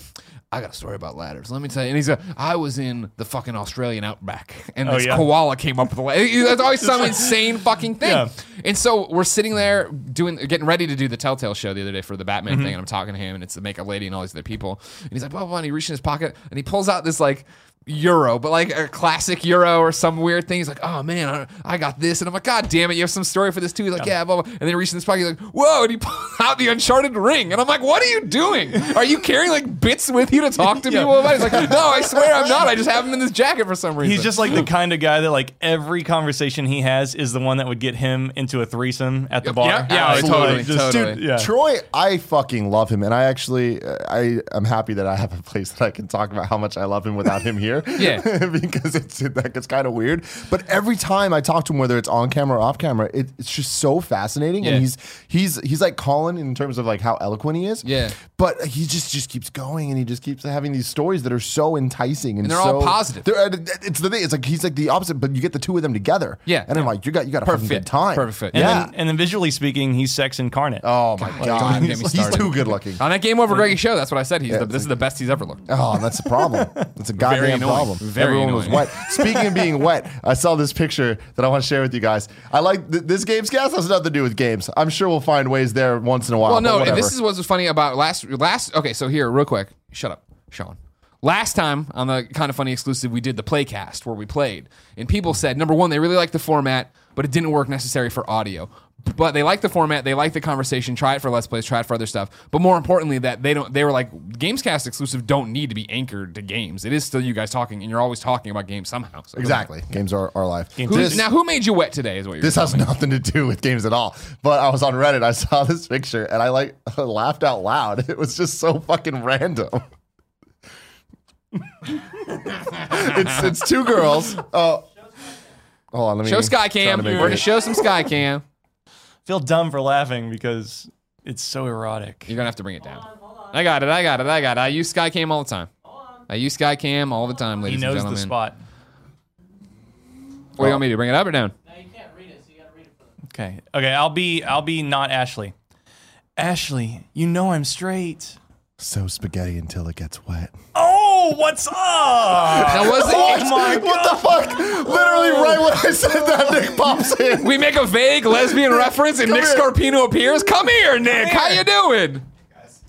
[SPEAKER 3] I got a story about ladders. Let me tell you. And he's like, I was in the fucking Australian outback, and
[SPEAKER 2] Oh,
[SPEAKER 3] this
[SPEAKER 2] yeah.
[SPEAKER 3] koala came up with a ladder. That's always some insane fucking thing.
[SPEAKER 2] Yeah.
[SPEAKER 3] And so we're sitting there doing, getting ready to do the Telltale show the other day for the Batman
[SPEAKER 2] Mm-hmm.
[SPEAKER 3] thing, and I'm talking to him, and it's the makeup lady and all these other people, and he's like, blah blah, blah and he reaches in his pocket, and he pulls out this like euro, but like a classic euro or some weird thing. He's like, oh man, I, I got this, and I'm like, god damn it, you have some story for this too. He's like, yeah, blah blah, and then he reaches in his pocket, he's like, whoa, and he pulls out the Uncharted ring, and I'm like, what are you doing? Are you carrying like bits with you to talk to people about? it?" He's like, no, I swear I'm not. I just have them in this jacket for some reason.
[SPEAKER 2] He's just like the kind of guy that like every conversation he has is the one that would get him into a threesome at the bar.
[SPEAKER 3] yeah, yeah,
[SPEAKER 2] Like,
[SPEAKER 3] totally,
[SPEAKER 2] just-
[SPEAKER 3] totally.
[SPEAKER 2] dude, yeah.
[SPEAKER 1] Troy, I fucking love him, and I actually, uh, I am happy that I have a place that I can talk about how much I love him without him here.
[SPEAKER 3] Yeah.
[SPEAKER 1] because it's that gets kind of weird. But every time I talk to him, whether it's on camera or off camera, it, it's just so fascinating.
[SPEAKER 3] Yeah.
[SPEAKER 1] And he's he's he's like Colin in terms of like how eloquent he is.
[SPEAKER 3] Yeah.
[SPEAKER 1] but he just just keeps going, and he just keeps having these stories that are so enticing, and,
[SPEAKER 3] And they're all
[SPEAKER 1] so-
[SPEAKER 3] positive.
[SPEAKER 1] They're, it's the thing. It's like he's like the opposite, but you get the two of them together.
[SPEAKER 3] Yeah.
[SPEAKER 1] and I'm like, you got you got a fucking
[SPEAKER 3] perfect
[SPEAKER 1] good time.
[SPEAKER 3] perfect.
[SPEAKER 2] And,
[SPEAKER 1] Yeah.
[SPEAKER 2] then, and then visually speaking, he's sex incarnate.
[SPEAKER 1] Oh my god,
[SPEAKER 3] don't even get me
[SPEAKER 1] he's
[SPEAKER 3] started.
[SPEAKER 1] too good looking.
[SPEAKER 3] On that Game Over Greggy show, that's what I said. He's the,
[SPEAKER 1] it's
[SPEAKER 3] this is the best he's ever looked.
[SPEAKER 1] Oh, that's a problem. That's a goddamn
[SPEAKER 3] annoying.
[SPEAKER 1] problem.
[SPEAKER 3] Very
[SPEAKER 1] Everyone was
[SPEAKER 3] annoying.
[SPEAKER 1] wet. Speaking of being wet, I saw this picture that I want to share with you guys. I like th- this game's cast has nothing to do with games. I'm sure we'll find ways there once in a while.
[SPEAKER 3] Well, no,
[SPEAKER 1] but
[SPEAKER 3] and
[SPEAKER 1] whatever.
[SPEAKER 3] this is what's funny about last last. Okay, so here, real quick, shut up, Sean. Last time on the kind of funny exclusive, we did the playcast where we played, and people said number one, they really liked the format, but it didn't work necessary for audio. But they liked the format, they liked the conversation. Try it for let's plays, try it for other stuff. But more importantly, that they don't. They were like, Gamescast exclusive don't need to be anchored to games. It is still you guys talking, and you're always talking about games somehow. So it doesn't
[SPEAKER 1] exactly games are our life.
[SPEAKER 3] Who's,
[SPEAKER 1] This,
[SPEAKER 3] now, who made you wet today? Is what you're.
[SPEAKER 1] this has nothing to do with games at all. But I was on Reddit. I saw this picture and I like laughed out loud. It was just so fucking random. it's it's two girls. Oh, hold on. Let me
[SPEAKER 3] show Sky
[SPEAKER 1] trying
[SPEAKER 3] Cam.
[SPEAKER 1] to make
[SPEAKER 3] We're gonna
[SPEAKER 1] it-
[SPEAKER 3] show some Sky Cam.
[SPEAKER 2] feel dumb for laughing because it's so erotic.
[SPEAKER 3] You're gonna have to bring it down. I got it. I got it. I got it. I use Skycam all the time. I use Skycam all the time,
[SPEAKER 2] He
[SPEAKER 3] ladies and
[SPEAKER 2] knows
[SPEAKER 3] gentlemen.
[SPEAKER 2] the spot.
[SPEAKER 3] What do you want me to do? Bring it up or down?
[SPEAKER 2] Okay. Okay, I'll be I'll be not Ashley. Ashley, you know I'm straight.
[SPEAKER 1] So spaghetti until it gets wet.
[SPEAKER 2] Oh, what's up?
[SPEAKER 3] Now, was it-
[SPEAKER 2] Oh my
[SPEAKER 1] what the fuck? Literally, right when I said that, Nick pops in.
[SPEAKER 3] We make a vague lesbian reference and Nick
[SPEAKER 1] here.
[SPEAKER 3] Scarpino appears. Come here, Nick. How you doing?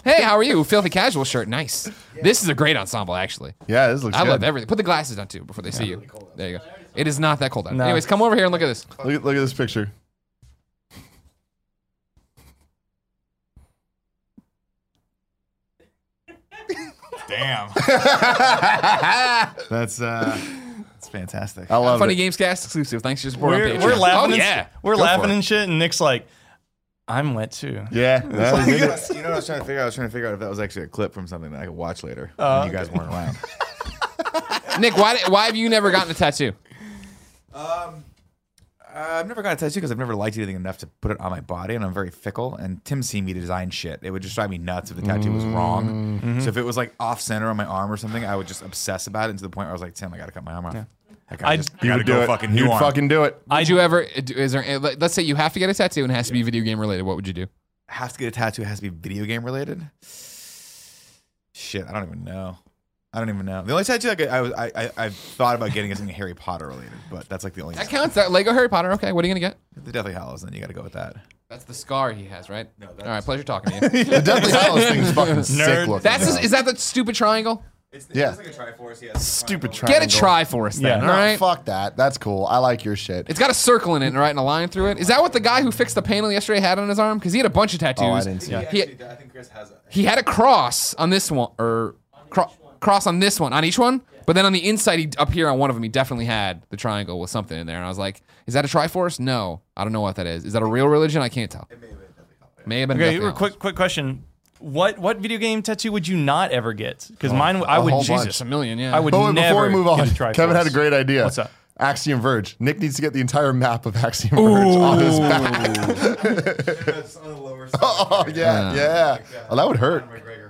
[SPEAKER 3] Hey, how are you? Filthy casual shirt. Nice. This is a great ensemble, actually.
[SPEAKER 1] Yeah, this looks
[SPEAKER 3] I
[SPEAKER 1] good.
[SPEAKER 3] love everything. Put the glasses on too before they see you. There you go. It is not that cold out. Anyways, come over here and look at this.
[SPEAKER 1] Look, at- look at this picture.
[SPEAKER 4] Damn. that's uh that's fantastic.
[SPEAKER 1] I love
[SPEAKER 3] Funny
[SPEAKER 1] it.
[SPEAKER 3] Games Cast exclusive. Thanks for your support on
[SPEAKER 2] We're,
[SPEAKER 3] Patreon.
[SPEAKER 2] we're laughing.
[SPEAKER 3] Oh
[SPEAKER 2] and-
[SPEAKER 3] yeah.
[SPEAKER 2] We're
[SPEAKER 3] Go for
[SPEAKER 2] laughing
[SPEAKER 3] it.
[SPEAKER 2] and shit and Nick's like I'm wet too.
[SPEAKER 1] Yeah, that was
[SPEAKER 4] you know
[SPEAKER 1] good.
[SPEAKER 4] what I was trying to figure out? I was trying to figure out if that was actually a clip from something that I could watch later
[SPEAKER 2] Oh,
[SPEAKER 4] when you guys weren't around.
[SPEAKER 3] Nick, why did- why have you never gotten a tattoo?
[SPEAKER 4] Uh, I've never gotten a tattoo because I've never liked anything enough to put it on my body, and I'm very fickle. And Tim seen me design shit; it would just drive me nuts if the tattoo was wrong. So if it was like off center on my arm or something, I would just obsess about it to the point where I was like, "Tim, I gotta cut my arm off. I gotta,
[SPEAKER 2] I'd-
[SPEAKER 4] just, I
[SPEAKER 1] You
[SPEAKER 4] gotta
[SPEAKER 1] would do
[SPEAKER 4] go
[SPEAKER 1] it.
[SPEAKER 4] fucking
[SPEAKER 1] You'd
[SPEAKER 4] new arm."
[SPEAKER 1] fucking do it.
[SPEAKER 3] Would you ever? Is there? eh, Let's say you have to get a tattoo and it has to be video game related. What would you do?
[SPEAKER 4] have to get a tattoo. It has to be video game related. Shit, I don't even know. I don't even know. The only tattoo I could, I, was- I, I I've thought about getting is something Harry Potter related, but that's like the only.
[SPEAKER 3] That counts. That Lego Harry Potter. Okay, what are you gonna get?
[SPEAKER 4] The Deathly Hallows, then you got to go with that.
[SPEAKER 3] That's the scar he has, right? No, All right, pleasure talking to you.
[SPEAKER 1] The Deathly Hallows thing is fucking sick looking.
[SPEAKER 3] That's
[SPEAKER 1] though.
[SPEAKER 3] his, is that the stupid triangle?
[SPEAKER 4] It's, it's
[SPEAKER 1] Yeah.
[SPEAKER 4] just like a Triforce. Yeah, it's a
[SPEAKER 1] stupid
[SPEAKER 4] triangle.
[SPEAKER 3] Get a
[SPEAKER 1] triangle.
[SPEAKER 3] Triforce then,
[SPEAKER 2] Yeah.
[SPEAKER 3] all right?
[SPEAKER 1] Fuck that. That's cool. I like your shit.
[SPEAKER 3] It's got a circle in it, right, and a line through it. Is that what the guy who fixed the panel yesterday had on his arm? Because he had a bunch of tattoos.
[SPEAKER 1] Oh, I didn't see.
[SPEAKER 2] Yeah.
[SPEAKER 1] it.
[SPEAKER 3] He-
[SPEAKER 4] Actually, I think Chris has. A,
[SPEAKER 3] He had a cross on this one, or cro- cross on this one, on each one. But then on the inside, he, up here on one of them, he definitely had the triangle with something in there. And I was like, "Is that a Triforce? No, I don't know what that is. Is that a real religion? I can't tell. May have been.
[SPEAKER 2] Okay,
[SPEAKER 3] nothing
[SPEAKER 2] real
[SPEAKER 3] else.
[SPEAKER 2] quick, quick question. What what video game tattoo would you not ever get? Because mine, w- I
[SPEAKER 1] a
[SPEAKER 2] would
[SPEAKER 1] whole
[SPEAKER 2] Jesus,
[SPEAKER 1] bunch.
[SPEAKER 3] It's a million. Yeah.
[SPEAKER 2] I would
[SPEAKER 1] But wait,
[SPEAKER 2] never.
[SPEAKER 1] before we move on,
[SPEAKER 2] get a Triforce.
[SPEAKER 1] Kevin had a great idea.
[SPEAKER 2] What's up?
[SPEAKER 1] Axiom Verge. Nick needs to get the entire map of Axiom Verge on his back.
[SPEAKER 4] it's on the lower side.
[SPEAKER 1] Oh yeah, yeah. Oh, that would hurt.
[SPEAKER 4] McGregor.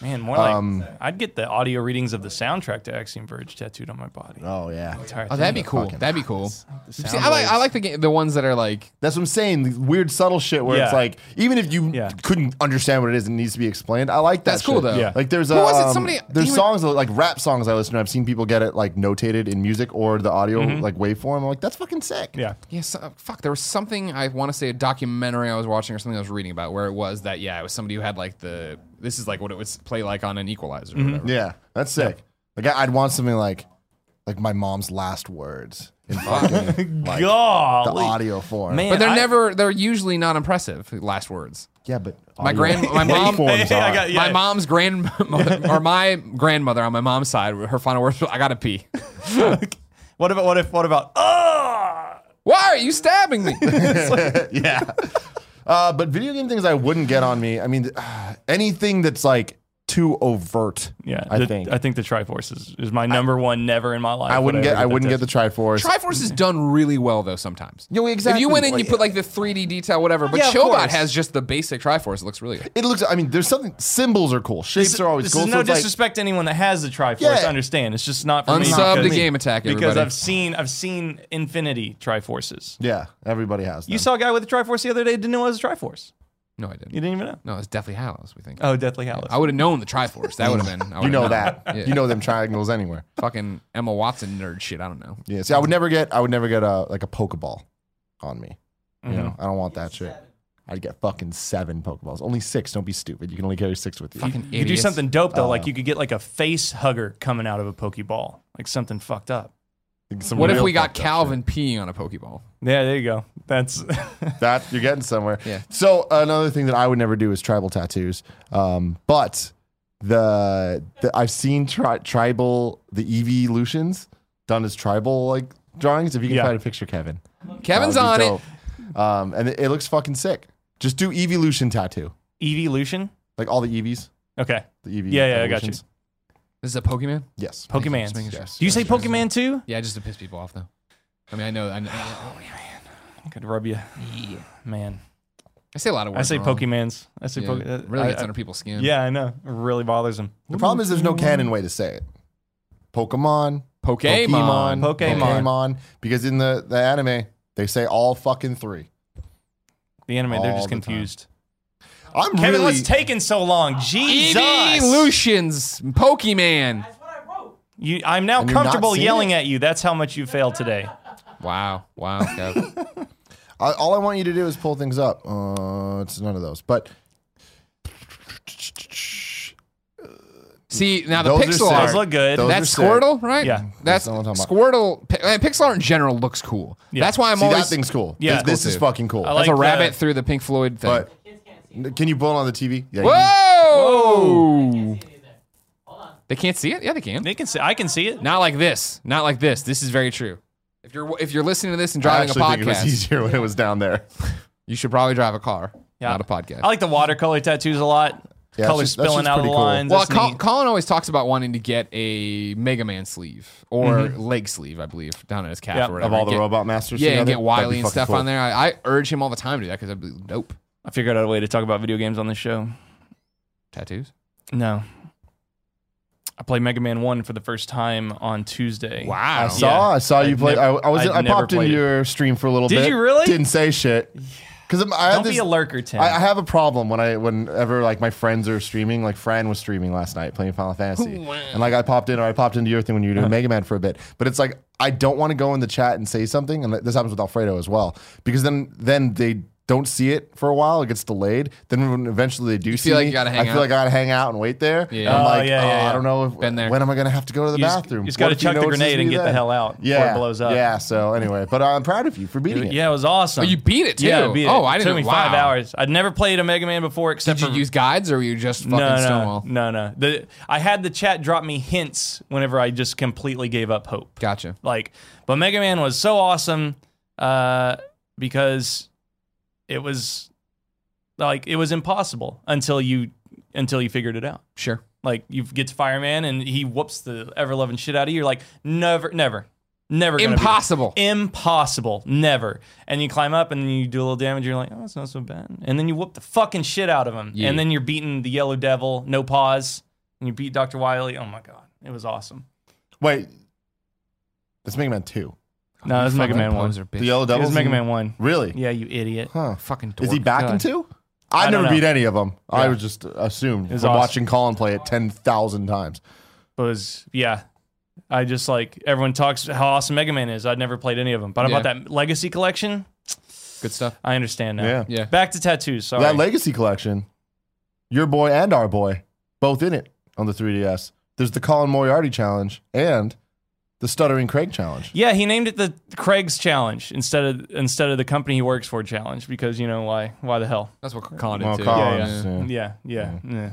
[SPEAKER 2] Man, more like
[SPEAKER 1] Um,
[SPEAKER 2] I'd get the audio readings of the soundtrack to Axiom Verge tattooed on my body.
[SPEAKER 1] Oh yeah.
[SPEAKER 2] Entire
[SPEAKER 3] Oh,
[SPEAKER 2] thing.
[SPEAKER 3] that'd be cool.
[SPEAKER 1] fucking
[SPEAKER 3] That'd be cool. See,
[SPEAKER 2] sound
[SPEAKER 3] I like I
[SPEAKER 2] waves.
[SPEAKER 3] like the ga- the ones that are like
[SPEAKER 1] That's what I'm saying. The weird subtle shit where it's
[SPEAKER 2] Yeah.
[SPEAKER 1] like, even if you
[SPEAKER 2] Yeah.
[SPEAKER 1] couldn't understand what it is and needs to be explained, I like that.
[SPEAKER 3] That's cool,
[SPEAKER 1] shit.
[SPEAKER 3] though. Yeah.
[SPEAKER 1] Like there's a
[SPEAKER 3] What was it?
[SPEAKER 1] um,
[SPEAKER 3] Somebody-
[SPEAKER 1] there's
[SPEAKER 3] he was-
[SPEAKER 1] songs that- like rap songs I listen to. I've seen people get it like notated in music or the audio like waveform. I'm like, that's fucking sick.
[SPEAKER 2] Mm-hmm. yeah.
[SPEAKER 3] yes uh, fuck. There was something I want to say a documentary I was watching or something I was reading about where it was that yeah it was somebody who had like the this is like what it would play like on an equalizer
[SPEAKER 2] Mm-hmm.
[SPEAKER 3] or whatever.
[SPEAKER 1] Yeah, that's sick. Like I- I'd want something like like my mom's last words in fucking like, the
[SPEAKER 2] Golly.
[SPEAKER 1] audio form.
[SPEAKER 2] Man,
[SPEAKER 3] But they're
[SPEAKER 2] I-
[SPEAKER 3] never they're usually not impressive last words.
[SPEAKER 1] Oh, Yeah, but
[SPEAKER 3] My grand my mom
[SPEAKER 2] Hey,
[SPEAKER 1] waveforms
[SPEAKER 2] I
[SPEAKER 1] are.
[SPEAKER 2] got- yeah.
[SPEAKER 3] my mom's grandmother or my grandmother on my mom's side her final words were, I gotta pee.
[SPEAKER 2] What about what if what about? Ah!
[SPEAKER 3] Why are you stabbing me?
[SPEAKER 1] yeah. Uh, but video game things I wouldn't get on me. I mean, uh, anything that's like too overt.
[SPEAKER 2] Yeah,
[SPEAKER 1] I
[SPEAKER 2] the-
[SPEAKER 1] think
[SPEAKER 2] I think the Triforce is, is my number one never in my life.
[SPEAKER 1] I
[SPEAKER 2] would
[SPEAKER 1] wouldn't get.
[SPEAKER 2] ever
[SPEAKER 1] I wouldn't
[SPEAKER 2] that
[SPEAKER 1] get the Triforce.
[SPEAKER 3] Triforce is done really well though sometimes.
[SPEAKER 1] Yo,
[SPEAKER 3] If
[SPEAKER 1] exactly.
[SPEAKER 3] you went in, you put like the 3D detail, whatever. But
[SPEAKER 2] Yeah, of
[SPEAKER 3] Chobot
[SPEAKER 2] course.
[SPEAKER 3] has just the basic Triforce. It looks really good.
[SPEAKER 1] it looks. I mean, there's something. Symbols are cool. Shapes
[SPEAKER 2] This-
[SPEAKER 1] are always
[SPEAKER 2] this
[SPEAKER 1] cool.
[SPEAKER 2] is
[SPEAKER 1] so
[SPEAKER 2] no
[SPEAKER 1] it's like-
[SPEAKER 2] disrespect to anyone that has the Triforce.
[SPEAKER 1] Yeah.
[SPEAKER 2] I understand. It's just not for me.
[SPEAKER 3] Unsub
[SPEAKER 2] because-
[SPEAKER 3] the Game Attack,
[SPEAKER 2] because
[SPEAKER 3] everybody.
[SPEAKER 2] I've seen I've seen Infinity Triforces.
[SPEAKER 1] yeah, everybody has. Them.
[SPEAKER 2] You saw a guy with a Triforce the other day. Didn't know it was a Triforce.
[SPEAKER 3] No, I
[SPEAKER 2] You
[SPEAKER 3] didn't.
[SPEAKER 2] didn't even know.
[SPEAKER 3] No, it's Deathly Hallows. We think.
[SPEAKER 2] Oh, Deathly Hallows.
[SPEAKER 3] I would have known the Triforce. That would have been. I
[SPEAKER 1] You
[SPEAKER 3] would've
[SPEAKER 1] know
[SPEAKER 3] known.
[SPEAKER 1] that.
[SPEAKER 3] Yeah.
[SPEAKER 1] You know them triangles anywhere.
[SPEAKER 3] Fucking Emma Watson nerd shit. I don't know.
[SPEAKER 1] Yeah. See, I would never get. I would never get a like a Pokeball on me. You know, I don't want that shit. I'd get fucking seven Pokeballs. Only six. Don't be stupid. You can only carry six with you.
[SPEAKER 3] Fucking
[SPEAKER 2] you could do
[SPEAKER 3] idiots.
[SPEAKER 2] something dope though,
[SPEAKER 1] Oh.
[SPEAKER 2] like you could get like a face hugger coming out of a Pokeball, like something fucked up.
[SPEAKER 1] Some
[SPEAKER 3] What if
[SPEAKER 1] real
[SPEAKER 3] we got
[SPEAKER 1] fucked up shit.
[SPEAKER 3] Calvin peeing on a Pokeball?
[SPEAKER 2] Yeah, there you go. That's
[SPEAKER 1] that you're getting somewhere.
[SPEAKER 3] Yeah.
[SPEAKER 1] So another thing that I would never do is tribal tattoos. Um, but the, the I've seen tri- tribal the evolutions done as tribal like drawings. If you can
[SPEAKER 2] Yeah.
[SPEAKER 1] find a picture, Kevin.
[SPEAKER 3] Kevin's
[SPEAKER 1] That would
[SPEAKER 3] on
[SPEAKER 1] be
[SPEAKER 3] it.
[SPEAKER 1] dope. Um, and it, it looks fucking sick. Just do evolution tattoo,
[SPEAKER 2] evolution.
[SPEAKER 1] like all the EVs.
[SPEAKER 2] Okay,
[SPEAKER 1] The EV.
[SPEAKER 2] Yeah, yeah, I got
[SPEAKER 1] evolutions.
[SPEAKER 3] This is a Pokemon.
[SPEAKER 1] Yes.
[SPEAKER 2] Pokemon.
[SPEAKER 3] making
[SPEAKER 1] sure.
[SPEAKER 2] Do you say Pokemon too?
[SPEAKER 3] Yeah, just to piss people off though. I mean, I know. I, know, I
[SPEAKER 2] Could rub you, man.
[SPEAKER 3] say a lot of
[SPEAKER 2] I
[SPEAKER 3] words.
[SPEAKER 2] say
[SPEAKER 3] wrong.
[SPEAKER 2] Pokemans. I say
[SPEAKER 3] Yeah,
[SPEAKER 2] Poke- uh,
[SPEAKER 3] really
[SPEAKER 2] I-
[SPEAKER 3] gets
[SPEAKER 2] I-
[SPEAKER 3] under people's skin.
[SPEAKER 2] Yeah, I know. It really bothers them.
[SPEAKER 1] The problem is there's no canon way to say it. Pokemon.
[SPEAKER 3] Pokemon.
[SPEAKER 2] Pokemon.
[SPEAKER 1] Pokemon. Because in the, the anime, they say all fucking three.
[SPEAKER 2] The anime, they're
[SPEAKER 1] All
[SPEAKER 2] just
[SPEAKER 1] the time.
[SPEAKER 2] confused.
[SPEAKER 1] I'm
[SPEAKER 2] Kevin,
[SPEAKER 1] really,
[SPEAKER 2] what's taking so long? Jesus.
[SPEAKER 3] Evolutions. Pokemon.
[SPEAKER 2] You, I'm now
[SPEAKER 1] you're not
[SPEAKER 2] comfortable
[SPEAKER 1] seeing
[SPEAKER 2] yelling
[SPEAKER 1] it?
[SPEAKER 2] at you. That's how much you failed today.
[SPEAKER 3] Wow. Wow. Kev.
[SPEAKER 1] I, all I want you to do is pull things up. Uh, it's none of those, but
[SPEAKER 3] See now the
[SPEAKER 1] Those are
[SPEAKER 3] pixel
[SPEAKER 1] sick.
[SPEAKER 3] art.
[SPEAKER 2] Those look good.
[SPEAKER 1] Those-
[SPEAKER 3] That's
[SPEAKER 1] are sick.
[SPEAKER 3] Squirtle, right?
[SPEAKER 2] Yeah.
[SPEAKER 3] That's
[SPEAKER 1] That's what I'm talking
[SPEAKER 3] Squirtle. Pi- uh, pixel art in general looks cool. That's why I'm
[SPEAKER 1] see
[SPEAKER 3] always
[SPEAKER 1] that thing's cool.
[SPEAKER 2] Yeah.
[SPEAKER 1] this, this
[SPEAKER 3] Cool
[SPEAKER 1] is
[SPEAKER 3] too.
[SPEAKER 1] fucking cool.
[SPEAKER 2] I
[SPEAKER 3] as
[SPEAKER 2] like
[SPEAKER 3] a
[SPEAKER 2] the-
[SPEAKER 3] rabbit through the Pink Floyd thing.
[SPEAKER 1] but can you pull it on the TV? Yeah, you-
[SPEAKER 3] Whoa! They can't see it. Yeah, they can.
[SPEAKER 2] They can see, I can see it.
[SPEAKER 3] Not like this. Not like this. This is very true. If you're if you're listening to this
[SPEAKER 1] I
[SPEAKER 3] and driving a
[SPEAKER 1] actually think it was
[SPEAKER 3] podcast,
[SPEAKER 1] easier when it was down there.
[SPEAKER 3] you should probably drive a car,
[SPEAKER 2] Yeah.
[SPEAKER 3] not a podcast.
[SPEAKER 2] I like the watercolor tattoos a lot.
[SPEAKER 1] Yeah,
[SPEAKER 2] Color
[SPEAKER 1] that's just- that's
[SPEAKER 2] spilling
[SPEAKER 1] just
[SPEAKER 2] out of the
[SPEAKER 1] pretty cool.
[SPEAKER 2] lines.
[SPEAKER 3] well,
[SPEAKER 2] That's
[SPEAKER 3] Col-
[SPEAKER 2] neat.
[SPEAKER 3] Colin always talks about wanting to get a Mega Man sleeve or leg sleeve, I believe, down at his calf
[SPEAKER 2] Mm-hmm. Yeah.
[SPEAKER 3] or whatever.
[SPEAKER 1] Of all the
[SPEAKER 3] Get-
[SPEAKER 1] Robot Masters,
[SPEAKER 3] Yeah,
[SPEAKER 1] together,
[SPEAKER 3] and get
[SPEAKER 1] that'd be
[SPEAKER 3] Wiley and
[SPEAKER 1] fucking
[SPEAKER 3] stuff
[SPEAKER 1] cool.
[SPEAKER 3] on there. I, I urge him all the time to do that because I'd be dope.
[SPEAKER 2] I figured out a way to talk about video games on this show.
[SPEAKER 3] Tattoos.
[SPEAKER 2] No. I played Mega Man 1 for the first time on Tuesday.
[SPEAKER 1] I
[SPEAKER 3] Wow.
[SPEAKER 1] saw,
[SPEAKER 2] Yeah.
[SPEAKER 1] I saw you
[SPEAKER 2] I'd
[SPEAKER 1] play.
[SPEAKER 2] nev-
[SPEAKER 1] I, I was,
[SPEAKER 2] I'd
[SPEAKER 1] I
[SPEAKER 2] never
[SPEAKER 1] popped into
[SPEAKER 2] played it.
[SPEAKER 1] your stream for a little
[SPEAKER 2] Did
[SPEAKER 1] bit.
[SPEAKER 2] you really?
[SPEAKER 1] Didn't say shit. Because I had
[SPEAKER 2] Don't
[SPEAKER 1] this.
[SPEAKER 2] be a lurker, Tim.
[SPEAKER 1] I, I have a problem when I whenever like my friends are streaming. Like Fran
[SPEAKER 3] Uh-huh.
[SPEAKER 1] was streaming last night playing Final Fantasy, and like I popped in or I popped into your thing when you were doing Mega Man for a bit. But it's like I don't want to go in the chat and say something, and this happens with Alfredo as well, because then then they don't see it for a while, it gets delayed. Then when eventually they do see
[SPEAKER 3] feel like
[SPEAKER 1] me,
[SPEAKER 3] you gotta
[SPEAKER 1] I
[SPEAKER 3] hang
[SPEAKER 1] feel
[SPEAKER 3] out.
[SPEAKER 1] like I gotta hang out and wait there.
[SPEAKER 3] Yeah.
[SPEAKER 1] And I'm
[SPEAKER 2] Oh,
[SPEAKER 1] like,
[SPEAKER 2] yeah,
[SPEAKER 1] oh,
[SPEAKER 2] yeah, yeah.
[SPEAKER 1] I don't know if
[SPEAKER 3] Been there.
[SPEAKER 1] when am I gonna have to go to the
[SPEAKER 2] You just-
[SPEAKER 1] bathroom?
[SPEAKER 2] You just
[SPEAKER 1] What
[SPEAKER 2] got to
[SPEAKER 1] if you
[SPEAKER 2] chuck
[SPEAKER 1] know
[SPEAKER 2] the
[SPEAKER 1] it's just
[SPEAKER 2] grenade
[SPEAKER 1] me
[SPEAKER 2] and get
[SPEAKER 1] there?
[SPEAKER 2] the hell out before
[SPEAKER 1] Yeah,
[SPEAKER 2] it blows up.
[SPEAKER 1] Yeah. So anyway, but I'm proud of you for beating it.
[SPEAKER 2] Yeah, it was awesome.
[SPEAKER 3] Oh, you beat it too.
[SPEAKER 2] Yeah, I beat it.
[SPEAKER 3] oh, I didn't.
[SPEAKER 2] It took me
[SPEAKER 3] wow.
[SPEAKER 2] five hours. I'd never played a Mega Man before except
[SPEAKER 3] Did you
[SPEAKER 2] for
[SPEAKER 3] use guides or were you just fucking
[SPEAKER 2] no,
[SPEAKER 3] Stonewall?
[SPEAKER 2] no, no, no. The I had the chat drop me hints whenever I just completely gave up hope.
[SPEAKER 3] Gotcha.
[SPEAKER 2] Like, but Mega Man was so awesome uh, because it was like it was impossible until you until you figured it out.
[SPEAKER 3] Sure.
[SPEAKER 2] Like you get to Fireman and he whoops the ever loving shit out of you. You're like never, never, never gonna be-
[SPEAKER 3] Impossible.
[SPEAKER 2] impossible, never. And you climb up and then you do a little damage. You're like, oh, it's not so bad. And then you whoop the fucking shit out of him.
[SPEAKER 3] Yeah.
[SPEAKER 2] And then you're beating the Yellow Devil, no pause. And you beat Doctor Wiley. Oh my god, it was awesome.
[SPEAKER 1] Wait, that's Mega Man Two.
[SPEAKER 2] No, it was Mega
[SPEAKER 3] Fucking
[SPEAKER 2] Man One.
[SPEAKER 3] poser, bitch.
[SPEAKER 1] The Yellow
[SPEAKER 2] It
[SPEAKER 1] Devil.
[SPEAKER 2] was Mega Man One.
[SPEAKER 1] Really?
[SPEAKER 2] Yeah, you idiot.
[SPEAKER 1] Huh.
[SPEAKER 3] Fucking
[SPEAKER 1] Is he
[SPEAKER 3] dork.
[SPEAKER 1] back
[SPEAKER 3] God.
[SPEAKER 1] in two? I,
[SPEAKER 2] I don't
[SPEAKER 1] never
[SPEAKER 2] know.
[SPEAKER 1] beat any of them. I
[SPEAKER 2] Yeah.
[SPEAKER 1] was just assumed
[SPEAKER 2] was
[SPEAKER 1] from
[SPEAKER 2] awesome.
[SPEAKER 1] watching Colin play it ten thousand times.
[SPEAKER 2] It was yeah. I just like everyone talks how awesome Mega Man is. I'd never played any of them, but I
[SPEAKER 3] Yeah.
[SPEAKER 2] bought that Legacy Collection.
[SPEAKER 3] Good stuff.
[SPEAKER 2] I understand now.
[SPEAKER 1] Yeah.
[SPEAKER 3] Yeah.
[SPEAKER 2] Back to tattoos. Sorry.
[SPEAKER 1] That Legacy collection, your boy and our boy, both in it on the 3DS. There's the Colin Moriarty challenge and the Stuttering Craig challenge.
[SPEAKER 2] Yeah, he named it the Craig's Challenge instead of instead of the company he works for challenge because you know why why the hell?
[SPEAKER 3] That's what Colin did
[SPEAKER 1] Well,
[SPEAKER 3] too.
[SPEAKER 1] Colin's,
[SPEAKER 3] Yeah,
[SPEAKER 1] yeah.
[SPEAKER 2] Yeah, yeah. yeah.
[SPEAKER 3] yeah.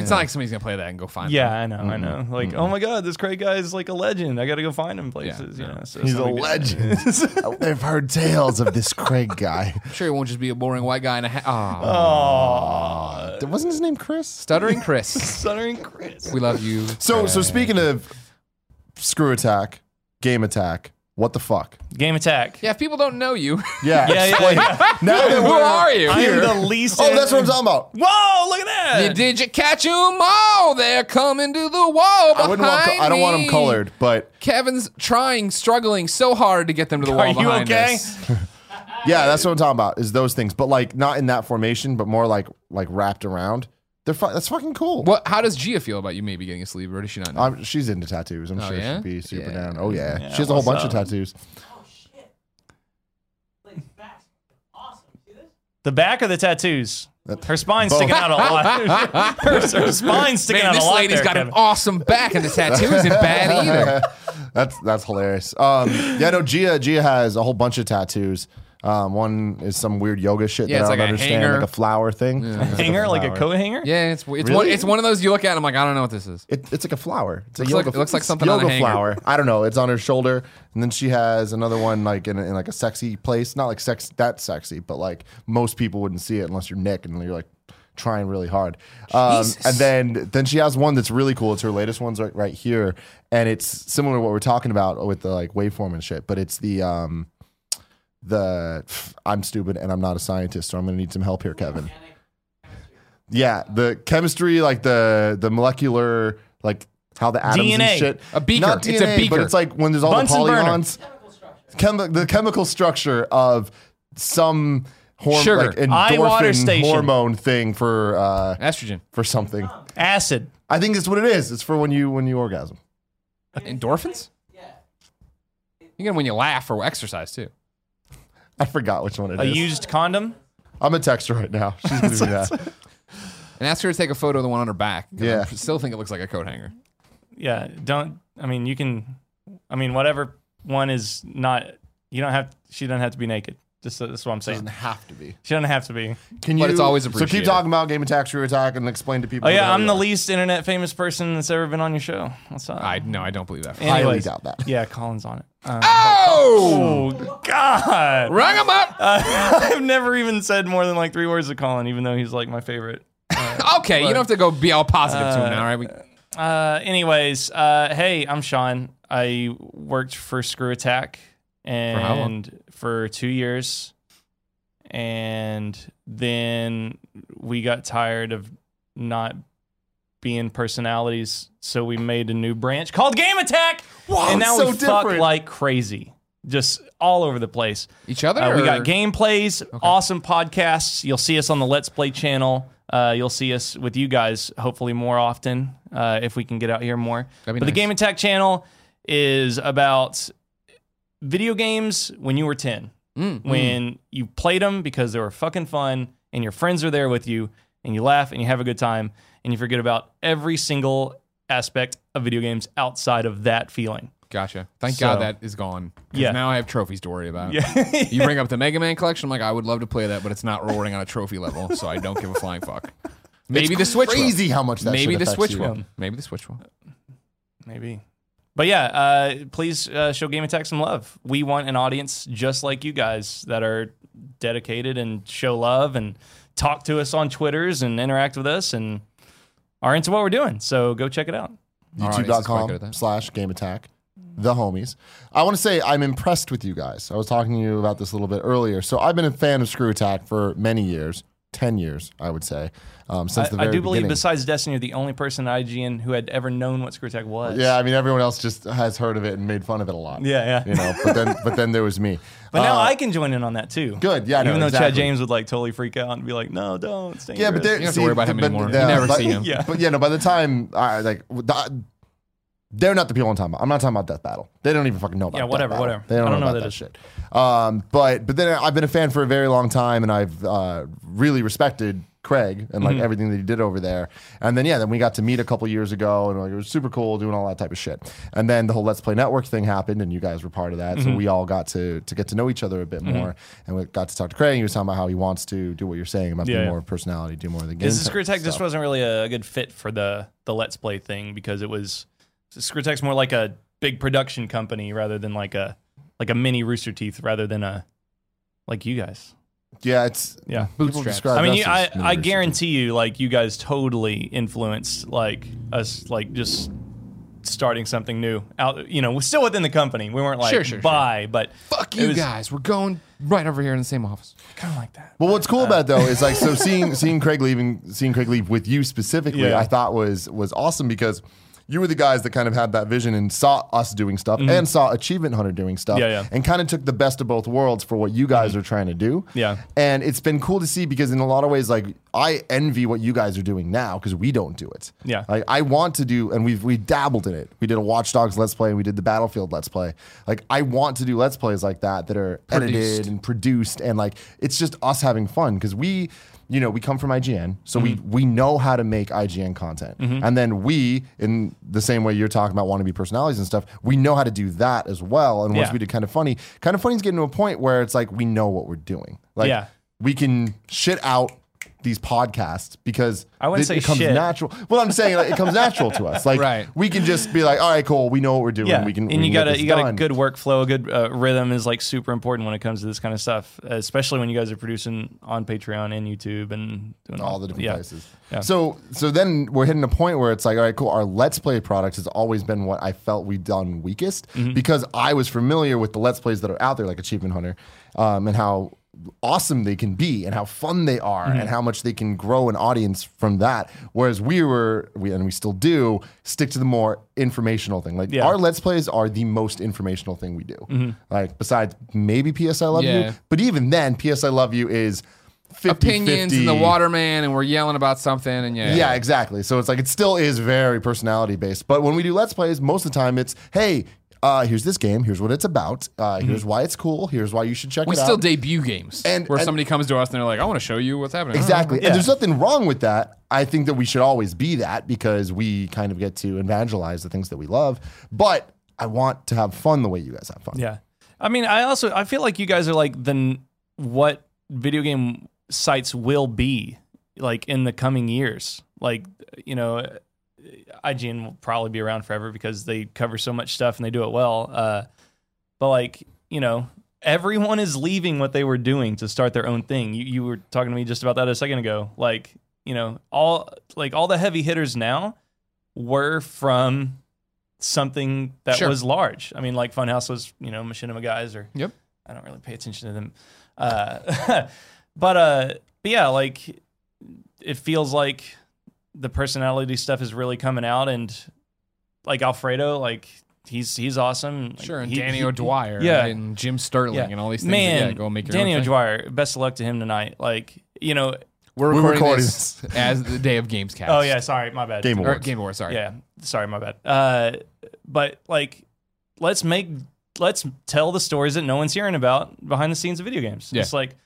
[SPEAKER 3] It's not like somebody's gonna play that and go find.
[SPEAKER 2] yeah,
[SPEAKER 3] them.
[SPEAKER 2] I know, I know. Like, oh my god, this Craig guy is like a legend. I got to go find him places.
[SPEAKER 3] Yeah,
[SPEAKER 2] you know, so
[SPEAKER 1] He's a
[SPEAKER 2] somebody-
[SPEAKER 1] legend. I've heard tales of this Craig guy.
[SPEAKER 3] I'm sure he won't just be a boring white guy in a hat.
[SPEAKER 2] Aw,
[SPEAKER 1] Wasn't his name Chris?
[SPEAKER 3] stuttering Chris.
[SPEAKER 2] stuttering Chris.
[SPEAKER 3] we love you.
[SPEAKER 1] So, so speaking of screw attack, game attack, what the fuck?
[SPEAKER 2] Game attack.
[SPEAKER 3] Yeah, if people don't know you,
[SPEAKER 1] Yeah,
[SPEAKER 2] yeah,
[SPEAKER 1] explain.
[SPEAKER 2] yeah.
[SPEAKER 1] Now that
[SPEAKER 3] who
[SPEAKER 1] we're-
[SPEAKER 3] are you?
[SPEAKER 2] I am the least.
[SPEAKER 1] Oh, that's what I'm talking about.
[SPEAKER 2] Whoa, look at that.
[SPEAKER 3] You- Did you catch 'em all? They're coming to the wall behind
[SPEAKER 1] I wouldn't want. I don't want
[SPEAKER 3] me.
[SPEAKER 1] him colored, but
[SPEAKER 3] Kevin's trying, struggling so hard to get them to the
[SPEAKER 2] Are
[SPEAKER 3] wall
[SPEAKER 2] you
[SPEAKER 3] behind
[SPEAKER 2] okay?
[SPEAKER 3] us.
[SPEAKER 1] Yeah, that's what I'm talking about. Is those things, but like not in that formation, but more like like wrapped around. They're fu- that's fucking cool.
[SPEAKER 3] What? How does Gia feel about you maybe getting a sleeve, or does she not know?
[SPEAKER 1] I'm, she's into tattoos. I'm
[SPEAKER 3] Oh,
[SPEAKER 1] sure
[SPEAKER 3] yeah?
[SPEAKER 1] she'd be super
[SPEAKER 3] Yeah.
[SPEAKER 1] down. Oh yeah, she has a whole bunch
[SPEAKER 2] what's
[SPEAKER 1] of
[SPEAKER 2] up?
[SPEAKER 1] tattoos.
[SPEAKER 2] The back of the tattoos. Her spine's sticking out a lot. her, her spine's sticking
[SPEAKER 3] Man,
[SPEAKER 2] out a
[SPEAKER 3] this
[SPEAKER 2] lot.
[SPEAKER 3] lady's
[SPEAKER 2] there,
[SPEAKER 3] got
[SPEAKER 2] Kevin.
[SPEAKER 3] an awesome back, and the tattoo isn't bad either.
[SPEAKER 1] That's that's hilarious. Um, yeah, no, Gia Gia has a whole bunch of tattoos. Um, one is some weird yoga shit
[SPEAKER 3] Yeah,
[SPEAKER 1] that
[SPEAKER 3] it's
[SPEAKER 1] I
[SPEAKER 3] like
[SPEAKER 1] don't
[SPEAKER 3] a
[SPEAKER 1] understand,
[SPEAKER 3] hanger.
[SPEAKER 1] like a flower thing. It's
[SPEAKER 2] hanger, like a
[SPEAKER 1] flower.
[SPEAKER 2] coat hanger.
[SPEAKER 3] Yeah, it's it's one
[SPEAKER 1] Really?
[SPEAKER 3] it's one of those you look at. and I'm like, I don't know what this is.
[SPEAKER 1] It, it's like a flower. It's
[SPEAKER 3] Looks
[SPEAKER 1] a yoga.
[SPEAKER 3] like- it looks like
[SPEAKER 1] it's
[SPEAKER 3] something on a
[SPEAKER 1] Yoga
[SPEAKER 3] hanger.
[SPEAKER 1] flower. I don't know. It's on her shoulder, and then she has another one like in, a, in like a sexy place. Not like sex that sexy, but like most people wouldn't see it unless you're Nick and you're like trying really hard. Um,
[SPEAKER 3] Jesus.
[SPEAKER 1] and then then she has one that's really cool. It's her latest one's right right here, and it's similar to what we're talking about with the like waveform and shit. But it's the um the pff, I'm stupid and I'm not a scientist, so I'm gonna need some help here, Kevin. Yeah, the chemistry, like the the molecular, like how the atoms
[SPEAKER 2] DNA.
[SPEAKER 1] and shit.
[SPEAKER 3] A beaker.
[SPEAKER 1] Not
[SPEAKER 3] It's a
[SPEAKER 1] DNA,
[SPEAKER 3] beaker.
[SPEAKER 1] but it's like when there's all
[SPEAKER 2] Bunsen
[SPEAKER 1] the
[SPEAKER 2] burner.
[SPEAKER 1] polygons. Chemi- the chemical structure of some horm-
[SPEAKER 3] Sugar.
[SPEAKER 1] like
[SPEAKER 2] Eye water
[SPEAKER 1] endorphin
[SPEAKER 2] station.
[SPEAKER 1] hormone thing for uh,
[SPEAKER 3] Estrogen,
[SPEAKER 1] for something.
[SPEAKER 2] Acid.
[SPEAKER 1] I think that's what it is. It's for when you when you orgasm.
[SPEAKER 3] endorphins. Yeah, you get 'em when you laugh or exercise too.
[SPEAKER 1] I forgot which one it
[SPEAKER 2] A
[SPEAKER 1] is.
[SPEAKER 2] used condom.
[SPEAKER 1] I'm a texter right now. She's gonna do that.
[SPEAKER 3] And ask her to take a photo of the one on her back. 'cause
[SPEAKER 1] Yeah.
[SPEAKER 3] I still think it looks like a coat hanger.
[SPEAKER 2] Yeah. Don't. I mean, you can. I mean, whatever one is not. You don't have. She doesn't have to be naked. Just that's what I'm saying.
[SPEAKER 1] Doesn't have to be.
[SPEAKER 2] She doesn't have to be.
[SPEAKER 1] Can you?
[SPEAKER 3] But it's always
[SPEAKER 1] So keep
[SPEAKER 3] appreciated.
[SPEAKER 1] talking about game attack, true attack, and explain to people.
[SPEAKER 2] Oh yeah,
[SPEAKER 1] who
[SPEAKER 2] I'm
[SPEAKER 1] you
[SPEAKER 2] the
[SPEAKER 1] are.
[SPEAKER 2] least internet famous person that's ever been on your show. What's up?
[SPEAKER 3] I no, I don't believe that.
[SPEAKER 1] Highly
[SPEAKER 2] Anyways.
[SPEAKER 1] doubt that.
[SPEAKER 2] Yeah, Colin's on it. Um,
[SPEAKER 3] Oh,
[SPEAKER 2] oh God!
[SPEAKER 3] rung him up.
[SPEAKER 2] Uh, I've never even said more than like three words to Colin, even though he's like my favorite.
[SPEAKER 3] okay, you don't have to go be all positive to him now, right? We,
[SPEAKER 2] Uh, anyways, uh, hey, I'm Sean. I worked for Screw Attack and
[SPEAKER 3] how long?
[SPEAKER 2] for two years, and then we got tired of not being personalities, so we made a new branch called Game Attack,
[SPEAKER 1] Wow,
[SPEAKER 2] and now
[SPEAKER 1] it's so
[SPEAKER 2] we fuck
[SPEAKER 1] different.
[SPEAKER 2] like crazy, just all over the place.
[SPEAKER 3] each other.
[SPEAKER 2] Uh, we got
[SPEAKER 3] or-
[SPEAKER 2] gameplays, awesome podcasts. You'll see us on the Let's Play channel. Uh, you'll see us with you guys hopefully more often uh, if we can get out here more.
[SPEAKER 3] That'd be
[SPEAKER 2] But the
[SPEAKER 3] nice.
[SPEAKER 2] Game Attack channel is about video games when you were 10,
[SPEAKER 3] Mm,
[SPEAKER 2] when you played them because they were fucking fun and your friends are there with you and you laugh and you have a good time and you forget about every single aspect of video games outside of that feeling.
[SPEAKER 3] Gotcha. Thank
[SPEAKER 2] So-
[SPEAKER 3] God that is gone. 'Cause
[SPEAKER 2] Yeah.
[SPEAKER 3] Now I have trophies to worry about.
[SPEAKER 2] Yeah.
[SPEAKER 3] you bring up the Mega Man collection. I'm like, I would love to play that, but it's not rewarding on a trophy level, so I don't give a flying fuck. Maybe the Switch. will.
[SPEAKER 1] Crazy how much that
[SPEAKER 3] Maybe
[SPEAKER 1] shit
[SPEAKER 3] the
[SPEAKER 1] affects
[SPEAKER 3] Switch
[SPEAKER 1] you.
[SPEAKER 3] will.
[SPEAKER 2] Um,
[SPEAKER 3] Maybe the Switch will.
[SPEAKER 2] Maybe. But yeah, uh, please uh, show Game Attack some love. We want an audience just like you guys that are dedicated and show love and talk to us on Twitters and interact with us and are into what we're doing. So go check it out.
[SPEAKER 3] Alright, this is quite good at
[SPEAKER 1] youtube.com
[SPEAKER 3] that.
[SPEAKER 1] slash game attack the homies i want to say i'm impressed with you guys i was talking to you about this a little bit earlier so i've been a fan of screw attack for many years 10 years i would say um, since
[SPEAKER 2] I,
[SPEAKER 1] the
[SPEAKER 2] I
[SPEAKER 1] very
[SPEAKER 2] do believe,
[SPEAKER 1] beginning.
[SPEAKER 2] besides Destiny, you're the only person at IGN who had ever known what Screw Attack was.
[SPEAKER 1] yeah i mean everyone else just has heard of it and made fun of it a lot
[SPEAKER 2] Yeah, yeah.
[SPEAKER 1] you know but then but then there was me
[SPEAKER 2] But now
[SPEAKER 1] Uh,
[SPEAKER 2] I can join in on that too.
[SPEAKER 1] Good, yeah, I
[SPEAKER 2] Even
[SPEAKER 1] know,
[SPEAKER 2] though Chad
[SPEAKER 1] exactly.
[SPEAKER 2] James would like totally freak out and be like, "No, don't." It's
[SPEAKER 1] yeah, but
[SPEAKER 2] dangerous."
[SPEAKER 1] there,
[SPEAKER 3] You don't have to worry about him
[SPEAKER 1] but-
[SPEAKER 3] anymore.
[SPEAKER 1] yeah,
[SPEAKER 3] You never
[SPEAKER 1] but-
[SPEAKER 3] see him.
[SPEAKER 2] Yeah.
[SPEAKER 1] But yeah, no. By the time I like, I, they're not the people I'm talking about. I'm not talking about Death Battle. They don't even fucking know about.
[SPEAKER 2] Yeah,
[SPEAKER 1] Death
[SPEAKER 2] whatever,
[SPEAKER 1] Battle.
[SPEAKER 2] whatever.
[SPEAKER 1] They don't,
[SPEAKER 2] I
[SPEAKER 1] know, about that, shit. Um, but but then I've been a fan for a very long time, and I've uh, really respected Craig and like
[SPEAKER 2] Mm-hmm.
[SPEAKER 1] everything that he did over there. And then yeah, then we got to meet a couple years ago, and like it was super cool doing all that type of shit. And then the whole Let's Play Network thing happened, and you guys were part of that,
[SPEAKER 2] Mm-hmm.
[SPEAKER 1] so we all got to to get to know each other a bit more, and we got to talk to Craig. and He was talking about how he wants to do what you're saying about
[SPEAKER 2] Yeah,
[SPEAKER 1] being
[SPEAKER 2] yeah.
[SPEAKER 1] more personality, do more of the game.
[SPEAKER 2] Is the
[SPEAKER 1] type
[SPEAKER 2] Screw Attack just
[SPEAKER 1] stuff.
[SPEAKER 2] wasn't really a good fit for the the Let's Play thing because it was Screw Attack's more like a big production company rather than like a like a mini Rooster Teeth rather than a like you guys.
[SPEAKER 1] Yeah, it's
[SPEAKER 2] Yeah.
[SPEAKER 1] People
[SPEAKER 3] Bootstraps.
[SPEAKER 1] describe
[SPEAKER 2] I mean,
[SPEAKER 1] us
[SPEAKER 2] you,
[SPEAKER 1] as
[SPEAKER 2] I I
[SPEAKER 1] miniatures.
[SPEAKER 2] guarantee you, like you guys totally influenced like us, like just starting something new out. You know, we're still within the company. We weren't like
[SPEAKER 3] Sure, sure, sure.
[SPEAKER 2] bye, but
[SPEAKER 3] Fuck
[SPEAKER 2] It
[SPEAKER 3] you
[SPEAKER 2] was-
[SPEAKER 3] guys. We're going right over here in the same office.
[SPEAKER 2] kind of like that.
[SPEAKER 1] Well, what's cool about it, though is like so seeing seeing Craig leaving, seeing Craig leave with you specifically,
[SPEAKER 2] Yeah.
[SPEAKER 1] I thought was was awesome because you were the guys that kind of had that vision and saw us doing stuff and saw Achievement Hunter doing stuff
[SPEAKER 2] Mm-hmm. Yeah, yeah.
[SPEAKER 1] and kind of took the best of both worlds for what you guys are trying to do.
[SPEAKER 2] Yeah.
[SPEAKER 1] And it's been cool to see because in a lot of ways, like I envy what you guys are doing now because we don't do it.
[SPEAKER 2] Yeah.
[SPEAKER 1] Like I want to do, and we've we dabbled in it. We did a Watch Dogs Let's Play and we did the Battlefield Let's Play. Like I want to do Let's Plays like that that are edited
[SPEAKER 3] Produced.
[SPEAKER 1] and produced and like it's just us having fun because we you know we come from ign so
[SPEAKER 2] Mm-hmm.
[SPEAKER 1] we we know how to make ign content and then we in the same way you're talking about wannabe personalities and stuff we know how to do that as well and once
[SPEAKER 2] Yeah.
[SPEAKER 1] we did kind of funny kind of funny's getting to a point where it's like we know what we're doing like
[SPEAKER 2] Yeah.
[SPEAKER 1] we can shit out these podcasts because
[SPEAKER 2] I wouldn't
[SPEAKER 1] it,
[SPEAKER 2] say
[SPEAKER 1] it comes
[SPEAKER 2] shit.
[SPEAKER 1] natural. Well, I'm saying like, it comes natural to us. Like
[SPEAKER 3] Right.
[SPEAKER 1] we can just be like, all right, cool, we know what we're doing.
[SPEAKER 2] Yeah,
[SPEAKER 1] We can.
[SPEAKER 2] and
[SPEAKER 1] we can
[SPEAKER 2] you
[SPEAKER 1] get
[SPEAKER 2] got a
[SPEAKER 1] this
[SPEAKER 2] you got a
[SPEAKER 1] done.
[SPEAKER 2] good workflow, a good uh, rhythm is like super important when it comes to this kind of stuff, especially when you guys are producing on Patreon and YouTube and doing
[SPEAKER 1] all the different
[SPEAKER 2] yeah.
[SPEAKER 1] places.
[SPEAKER 2] Yeah.
[SPEAKER 1] So so then we're hitting a point where it's like, all right, cool. Our Let's Play product has always been what I felt we've done weakest
[SPEAKER 2] Mm-hmm.
[SPEAKER 1] because I was familiar with the Let's Plays that are out there, like Achievement Hunter, um, and how awesome they can be and how fun they are
[SPEAKER 2] Mm-hmm.
[SPEAKER 1] and how much they can grow an audience from that whereas we were we and we still do stick to the more informational thing like
[SPEAKER 2] Yeah. Mm-hmm.
[SPEAKER 1] our let's plays are the most informational thing we do like besides maybe ps i love
[SPEAKER 3] Yeah.
[SPEAKER 1] you but even then ps i love you is 50
[SPEAKER 3] Opinions and the waterman, and we're yelling about something, and yeah,
[SPEAKER 1] yeah, exactly. So it's like it still is very personality based. But when we do let's plays, most of the time it's hey, uh, here's this game, here's what it's about, uh, here's why it's cool, here's why you should check
[SPEAKER 3] Mm-hmm. We
[SPEAKER 1] it out.
[SPEAKER 3] still debut games
[SPEAKER 1] And-
[SPEAKER 3] where
[SPEAKER 1] and-
[SPEAKER 3] somebody comes to us and they're like, "I want to show you what's happening."
[SPEAKER 1] Exactly.
[SPEAKER 2] Yeah.
[SPEAKER 1] And there's nothing wrong with that. I think that we should always be that because we kind of get to evangelize the things that we love. But I want to have fun the way you guys have fun.
[SPEAKER 2] Yeah. I mean, I also I feel like you guys are like the n- what video game sites will be like in the coming years. Like, you know, IGN will probably be around forever because they cover so much stuff and they do it well. Uh, but like, you know, everyone is leaving what they were doing to start their own thing. You you were talking to me just about that a second ago. Like, you know, all like all the heavy hitters now were from something that
[SPEAKER 3] Sure.
[SPEAKER 2] was large. I mean, like Funhouse was, you know, Machinima guys or
[SPEAKER 3] Yep.
[SPEAKER 2] I don't really pay attention to them. Uh, but uh, but yeah, like it feels like the personality stuff is really coming out, and like Alfredo, like he's he's awesome. Like,
[SPEAKER 3] Sure, and
[SPEAKER 2] he-
[SPEAKER 3] Danny
[SPEAKER 2] he-
[SPEAKER 3] O'Dwyer,
[SPEAKER 2] yeah.
[SPEAKER 3] and Jim Sterling,
[SPEAKER 2] yeah.
[SPEAKER 3] and all these things.
[SPEAKER 2] Man,
[SPEAKER 3] that, yeah, go make your
[SPEAKER 2] Danny
[SPEAKER 3] own thing.
[SPEAKER 2] O'Dwyer, best of luck to him tonight. Like you know,
[SPEAKER 3] We're
[SPEAKER 1] We're
[SPEAKER 3] recording,
[SPEAKER 1] recording
[SPEAKER 3] this, as the day of Gamescast.
[SPEAKER 2] oh yeah, sorry, my bad.
[SPEAKER 1] Game
[SPEAKER 3] or
[SPEAKER 1] awards.
[SPEAKER 3] Game Awards. Sorry.
[SPEAKER 2] Yeah, sorry, my bad. Uh, but like, let's make let's tell the stories that no one's hearing about behind the scenes of video games.
[SPEAKER 3] Yeah.
[SPEAKER 2] It's like,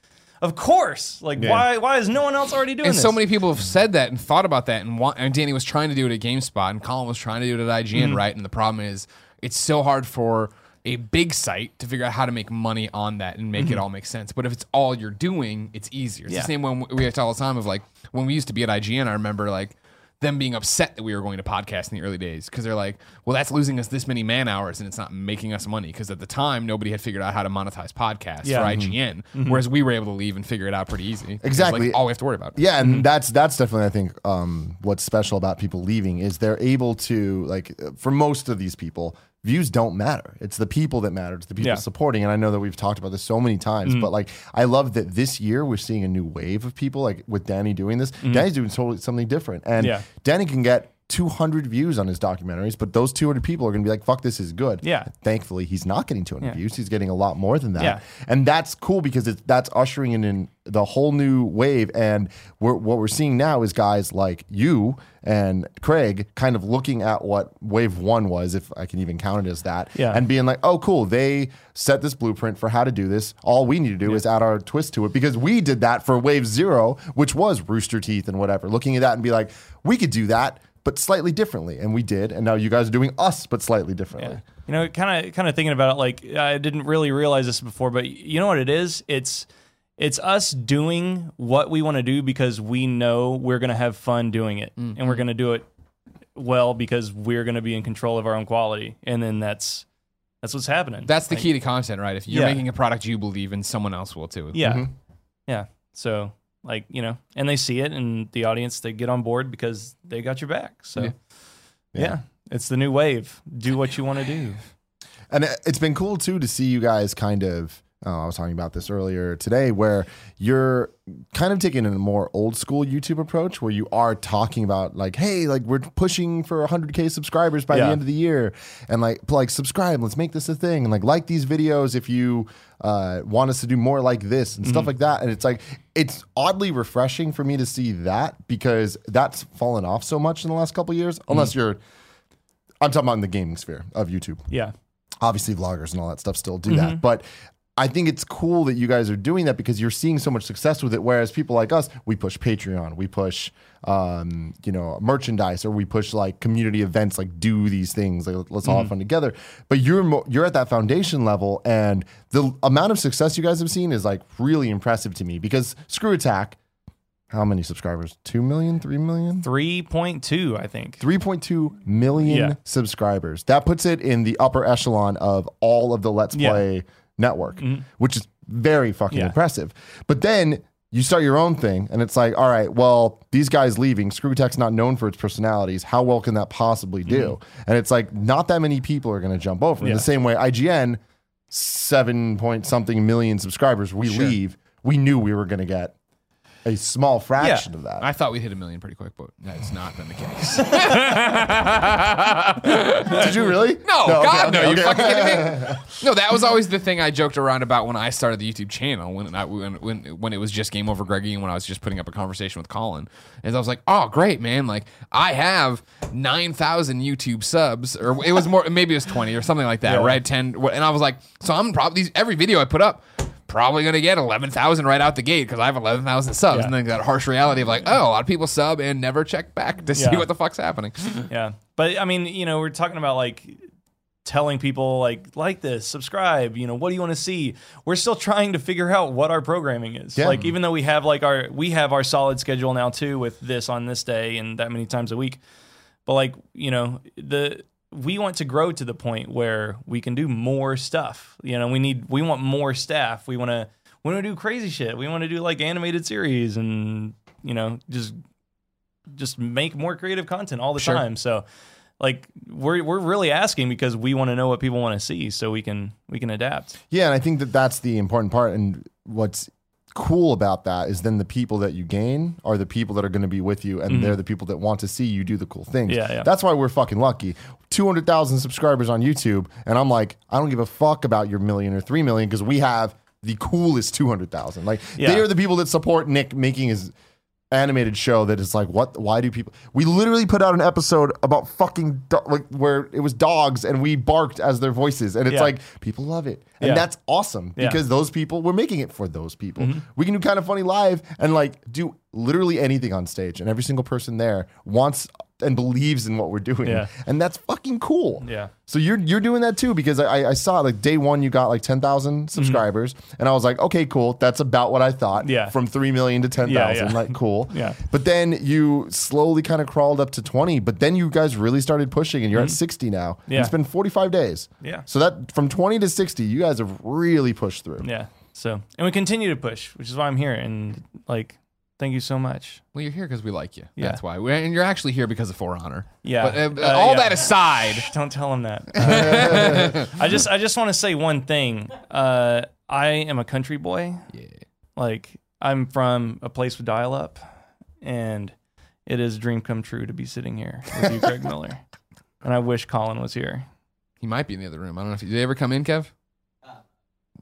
[SPEAKER 2] of course. Like,
[SPEAKER 1] Yeah.
[SPEAKER 2] why why is no one else already doing
[SPEAKER 3] And
[SPEAKER 2] this?
[SPEAKER 3] so many people have said that and thought about that, and want, and Danny was trying to do it at GameSpot, and Colin was trying to do it at IGN,
[SPEAKER 2] Mm-hmm.
[SPEAKER 3] right? And the problem is, it's so hard for a big site to figure out how to make money on that and make it
[SPEAKER 2] Mm-hmm.
[SPEAKER 3] all make sense. But if it's all you're doing, it's easier. It's
[SPEAKER 4] Yeah.
[SPEAKER 3] the same when we have to all the time of like when we used to be at IGN. I remember like them being upset that we were going to podcast in the early days because they're like, well, that's losing us this many man hours and it's not making us money because at the time nobody had figured out how to monetize podcasts
[SPEAKER 2] Yeah. Mm-hmm.
[SPEAKER 3] for IGN, whereas we were able to leave and figure it out pretty easy. It was, like,
[SPEAKER 1] Exactly.
[SPEAKER 3] all we have to worry about.
[SPEAKER 1] Yeah,
[SPEAKER 2] Mm-hmm.
[SPEAKER 1] and that's that's definitely I think um, what's special about people leaving is they're able to like uh, for most of these people views don't matter. It's the people that matter. It's the people
[SPEAKER 2] Yeah. Mm.
[SPEAKER 1] supporting. And I know that we've talked about this so many times, but like I love that this year we're seeing a new wave of people like with Danny doing this. Danny's doing totally something different, and
[SPEAKER 2] Mm. Yeah.
[SPEAKER 1] Danny can get. 200 views on his documentaries, but those 200 people are going to be like, fuck, this is good.
[SPEAKER 2] Yeah.
[SPEAKER 1] Thankfully, he's not getting 200
[SPEAKER 2] Yeah.
[SPEAKER 1] views. He's getting a lot more than that
[SPEAKER 2] Yeah.
[SPEAKER 1] and that's cool because it's that's ushering in, in the whole new wave and we're, what we're seeing now is guys like you and craig kind of looking at what wave one was if i can even count it as that
[SPEAKER 2] Yeah.
[SPEAKER 1] and being like oh cool they set this blueprint for how to do this all we need to do is add our twist to it because we did that for wave zero which was rooster teeth and whatever looking at that and be like we could do that but slightly differently and we did and now you guys are doing us but slightly differently
[SPEAKER 2] You know, kind of kind of thinking about it like I didn't really realize this before, but you know what it is? It's it's us doing what we want to do because we know we're going to have fun doing it and we're going to do it well because we're going to be in control of our own quality. And then that's that's what's happening.
[SPEAKER 3] That's the
[SPEAKER 2] Like,
[SPEAKER 3] key to content, right? If you're
[SPEAKER 2] Yeah.
[SPEAKER 3] making a product you believe in, someone else will too.
[SPEAKER 2] Yeah. Yeah. So like, you know, and they see it and the audience they get on board because they got your back. So
[SPEAKER 3] Yeah.
[SPEAKER 2] yeah. It's the new wave. Do what you want to do.
[SPEAKER 1] And it- it's been cool too to see you guys kind of. Uh, I was talking about this earlier today, where you're kind of taking a more old school YouTube approach, where you are talking about like, hey, like we're pushing for 100k subscribers by the
[SPEAKER 2] Yeah.
[SPEAKER 1] end of the year, and like, p- like subscribe, let's make this a thing, and like like these videos if you uh, want us to do more like this and stuff like that. And it's like it's oddly refreshing for me to see that because that's fallen off so much in the last couple years. Unless you're, I'm talking about in the gaming sphere of YouTube
[SPEAKER 2] Yeah.
[SPEAKER 1] obviously vloggers and all that stuff still do that but i think it's cool that you guys are doing that because you're seeing so much success with it whereas people like us we push patreon we push um, you know merchandise or we push like community events like do these things like let's all have fun together but you're mo- you're at that foundation level and the amount of success you guys have seen is like really impressive to me because screw attack how many subscribers 2 million 3 million
[SPEAKER 2] 3.2, I think.
[SPEAKER 1] 3.2 million
[SPEAKER 2] Yeah.
[SPEAKER 1] subscribers. That puts it in the upper echelon of all of the Let's
[SPEAKER 2] Yeah.
[SPEAKER 1] Play network,
[SPEAKER 3] Mm-hmm.
[SPEAKER 1] which is very fucking
[SPEAKER 2] Yeah.
[SPEAKER 1] impressive. But then you start your own thing, and it's like, all right, well, these guys leaving, Screwtech's not known for its personalities. How well can that possibly do?
[SPEAKER 3] Mm-hmm.
[SPEAKER 1] And it's like, not that many people are going to jump over. In
[SPEAKER 2] Yeah.
[SPEAKER 1] the same way, IGN, seven point something million subscribers, we leave. We knew we were going to get a small fraction of that.
[SPEAKER 3] I thought we'd hit a million pretty quick, but that's not been the case.
[SPEAKER 1] Did you really?
[SPEAKER 3] No,
[SPEAKER 1] okay,
[SPEAKER 3] God,
[SPEAKER 1] okay,
[SPEAKER 3] no. you
[SPEAKER 1] okay,
[SPEAKER 3] fucking
[SPEAKER 1] okay.
[SPEAKER 3] kidding me? No, that was always the thing I joked around about when I started the YouTube channel, when I, when, when when it was just Game Over Greggy and when I was just putting up a conversation with Colin. Is I was like, oh, great, man. Like, I have 9,000 YouTube subs, or it was more, maybe it was 20 or something like that, right? 10. wh- And I was like, so I'm probably, these- every video I put up, probably going to get 11,000 right out the gate because I have 11,000 subs.
[SPEAKER 2] Yeah.
[SPEAKER 3] And then that harsh reality of like, oh, a lot of people sub and never check back to see
[SPEAKER 2] Yeah.
[SPEAKER 3] what the fuck's happening.
[SPEAKER 2] Yeah. But I mean, you know, we're talking about like telling people like like this, subscribe, you know, what do you want to see? We're still trying to figure out what our programming is.
[SPEAKER 1] Yeah.
[SPEAKER 2] Like even though we have like our we have our solid schedule now too with this on this day and that many times a week. But like, you know, the we want to grow to the point where we can do more stuff. You know, we need we want more staff. We want to we want to do crazy shit. We want to do like animated series and you know, just just make more creative content all the
[SPEAKER 3] Sure.
[SPEAKER 2] time. So like we're we're really asking because we want to know what people want to see so we can we can adapt.
[SPEAKER 1] Yeah, and I think that that's the important part. And what's cool about that is then the people that you gain are the people that are going to be with you, and they're the people that want to see you do the cool things.
[SPEAKER 2] Mm-hmm. Yeah, yeah.
[SPEAKER 1] That's why we're fucking lucky. 200,000 subscribers on YouTube, and I'm like, I don't give a fuck about your million or three million because we have the coolest 200,000. Like,
[SPEAKER 2] Yeah.
[SPEAKER 1] they are the people that support Nick making his animated show that is like, what? Why do people? We literally put out an episode about fucking do- like where it was dogs and we barked as their voices, and it's
[SPEAKER 2] Yeah.
[SPEAKER 1] like people love it, and
[SPEAKER 2] Yeah.
[SPEAKER 1] that's awesome
[SPEAKER 2] Yeah. Mm-hmm.
[SPEAKER 1] because those people we're making it for those people. We can do kind of funny live and like do literally anything on stage, and every single person there wants and believes in what we're doing,
[SPEAKER 2] Yeah.
[SPEAKER 1] and that's fucking cool.
[SPEAKER 2] Yeah.
[SPEAKER 1] So you're you're doing that too because I I saw like day one you got like ten
[SPEAKER 2] Mm-hmm.
[SPEAKER 1] thousand subscribers and I was like okay cool that's about what I thought
[SPEAKER 2] Yeah.
[SPEAKER 1] from three million to ten thousand
[SPEAKER 2] Yeah, yeah.
[SPEAKER 1] like cool
[SPEAKER 2] Yeah.
[SPEAKER 1] but then you slowly kind of crawled up to twenty but then you guys really started pushing and you're at sixty now And
[SPEAKER 2] Mm-hmm. Yeah.
[SPEAKER 1] it's been forty five days
[SPEAKER 2] Yeah.
[SPEAKER 1] so that from twenty to sixty you guys have really pushed through
[SPEAKER 2] Yeah. So, and we continue to push, which is why I'm here. And like, thank you so much.
[SPEAKER 3] Well, you're here because we like you.
[SPEAKER 2] Yeah.
[SPEAKER 3] That's why. We- And you're actually here because of For Honor.
[SPEAKER 2] Yeah.
[SPEAKER 3] But uh,
[SPEAKER 2] Uh,
[SPEAKER 3] all
[SPEAKER 2] yeah.
[SPEAKER 3] that aside,
[SPEAKER 2] Don't tell him that. Uh, I just, I just want to say one thing. Uh, I am a country boy.
[SPEAKER 3] Yeah.
[SPEAKER 2] Like, I'm from a place with dial up, and it is a dream come true to be sitting here with you, Greg Miller. And I wish Colin was here.
[SPEAKER 3] he might be in the other room. I don't know if did they ever come in, Kev.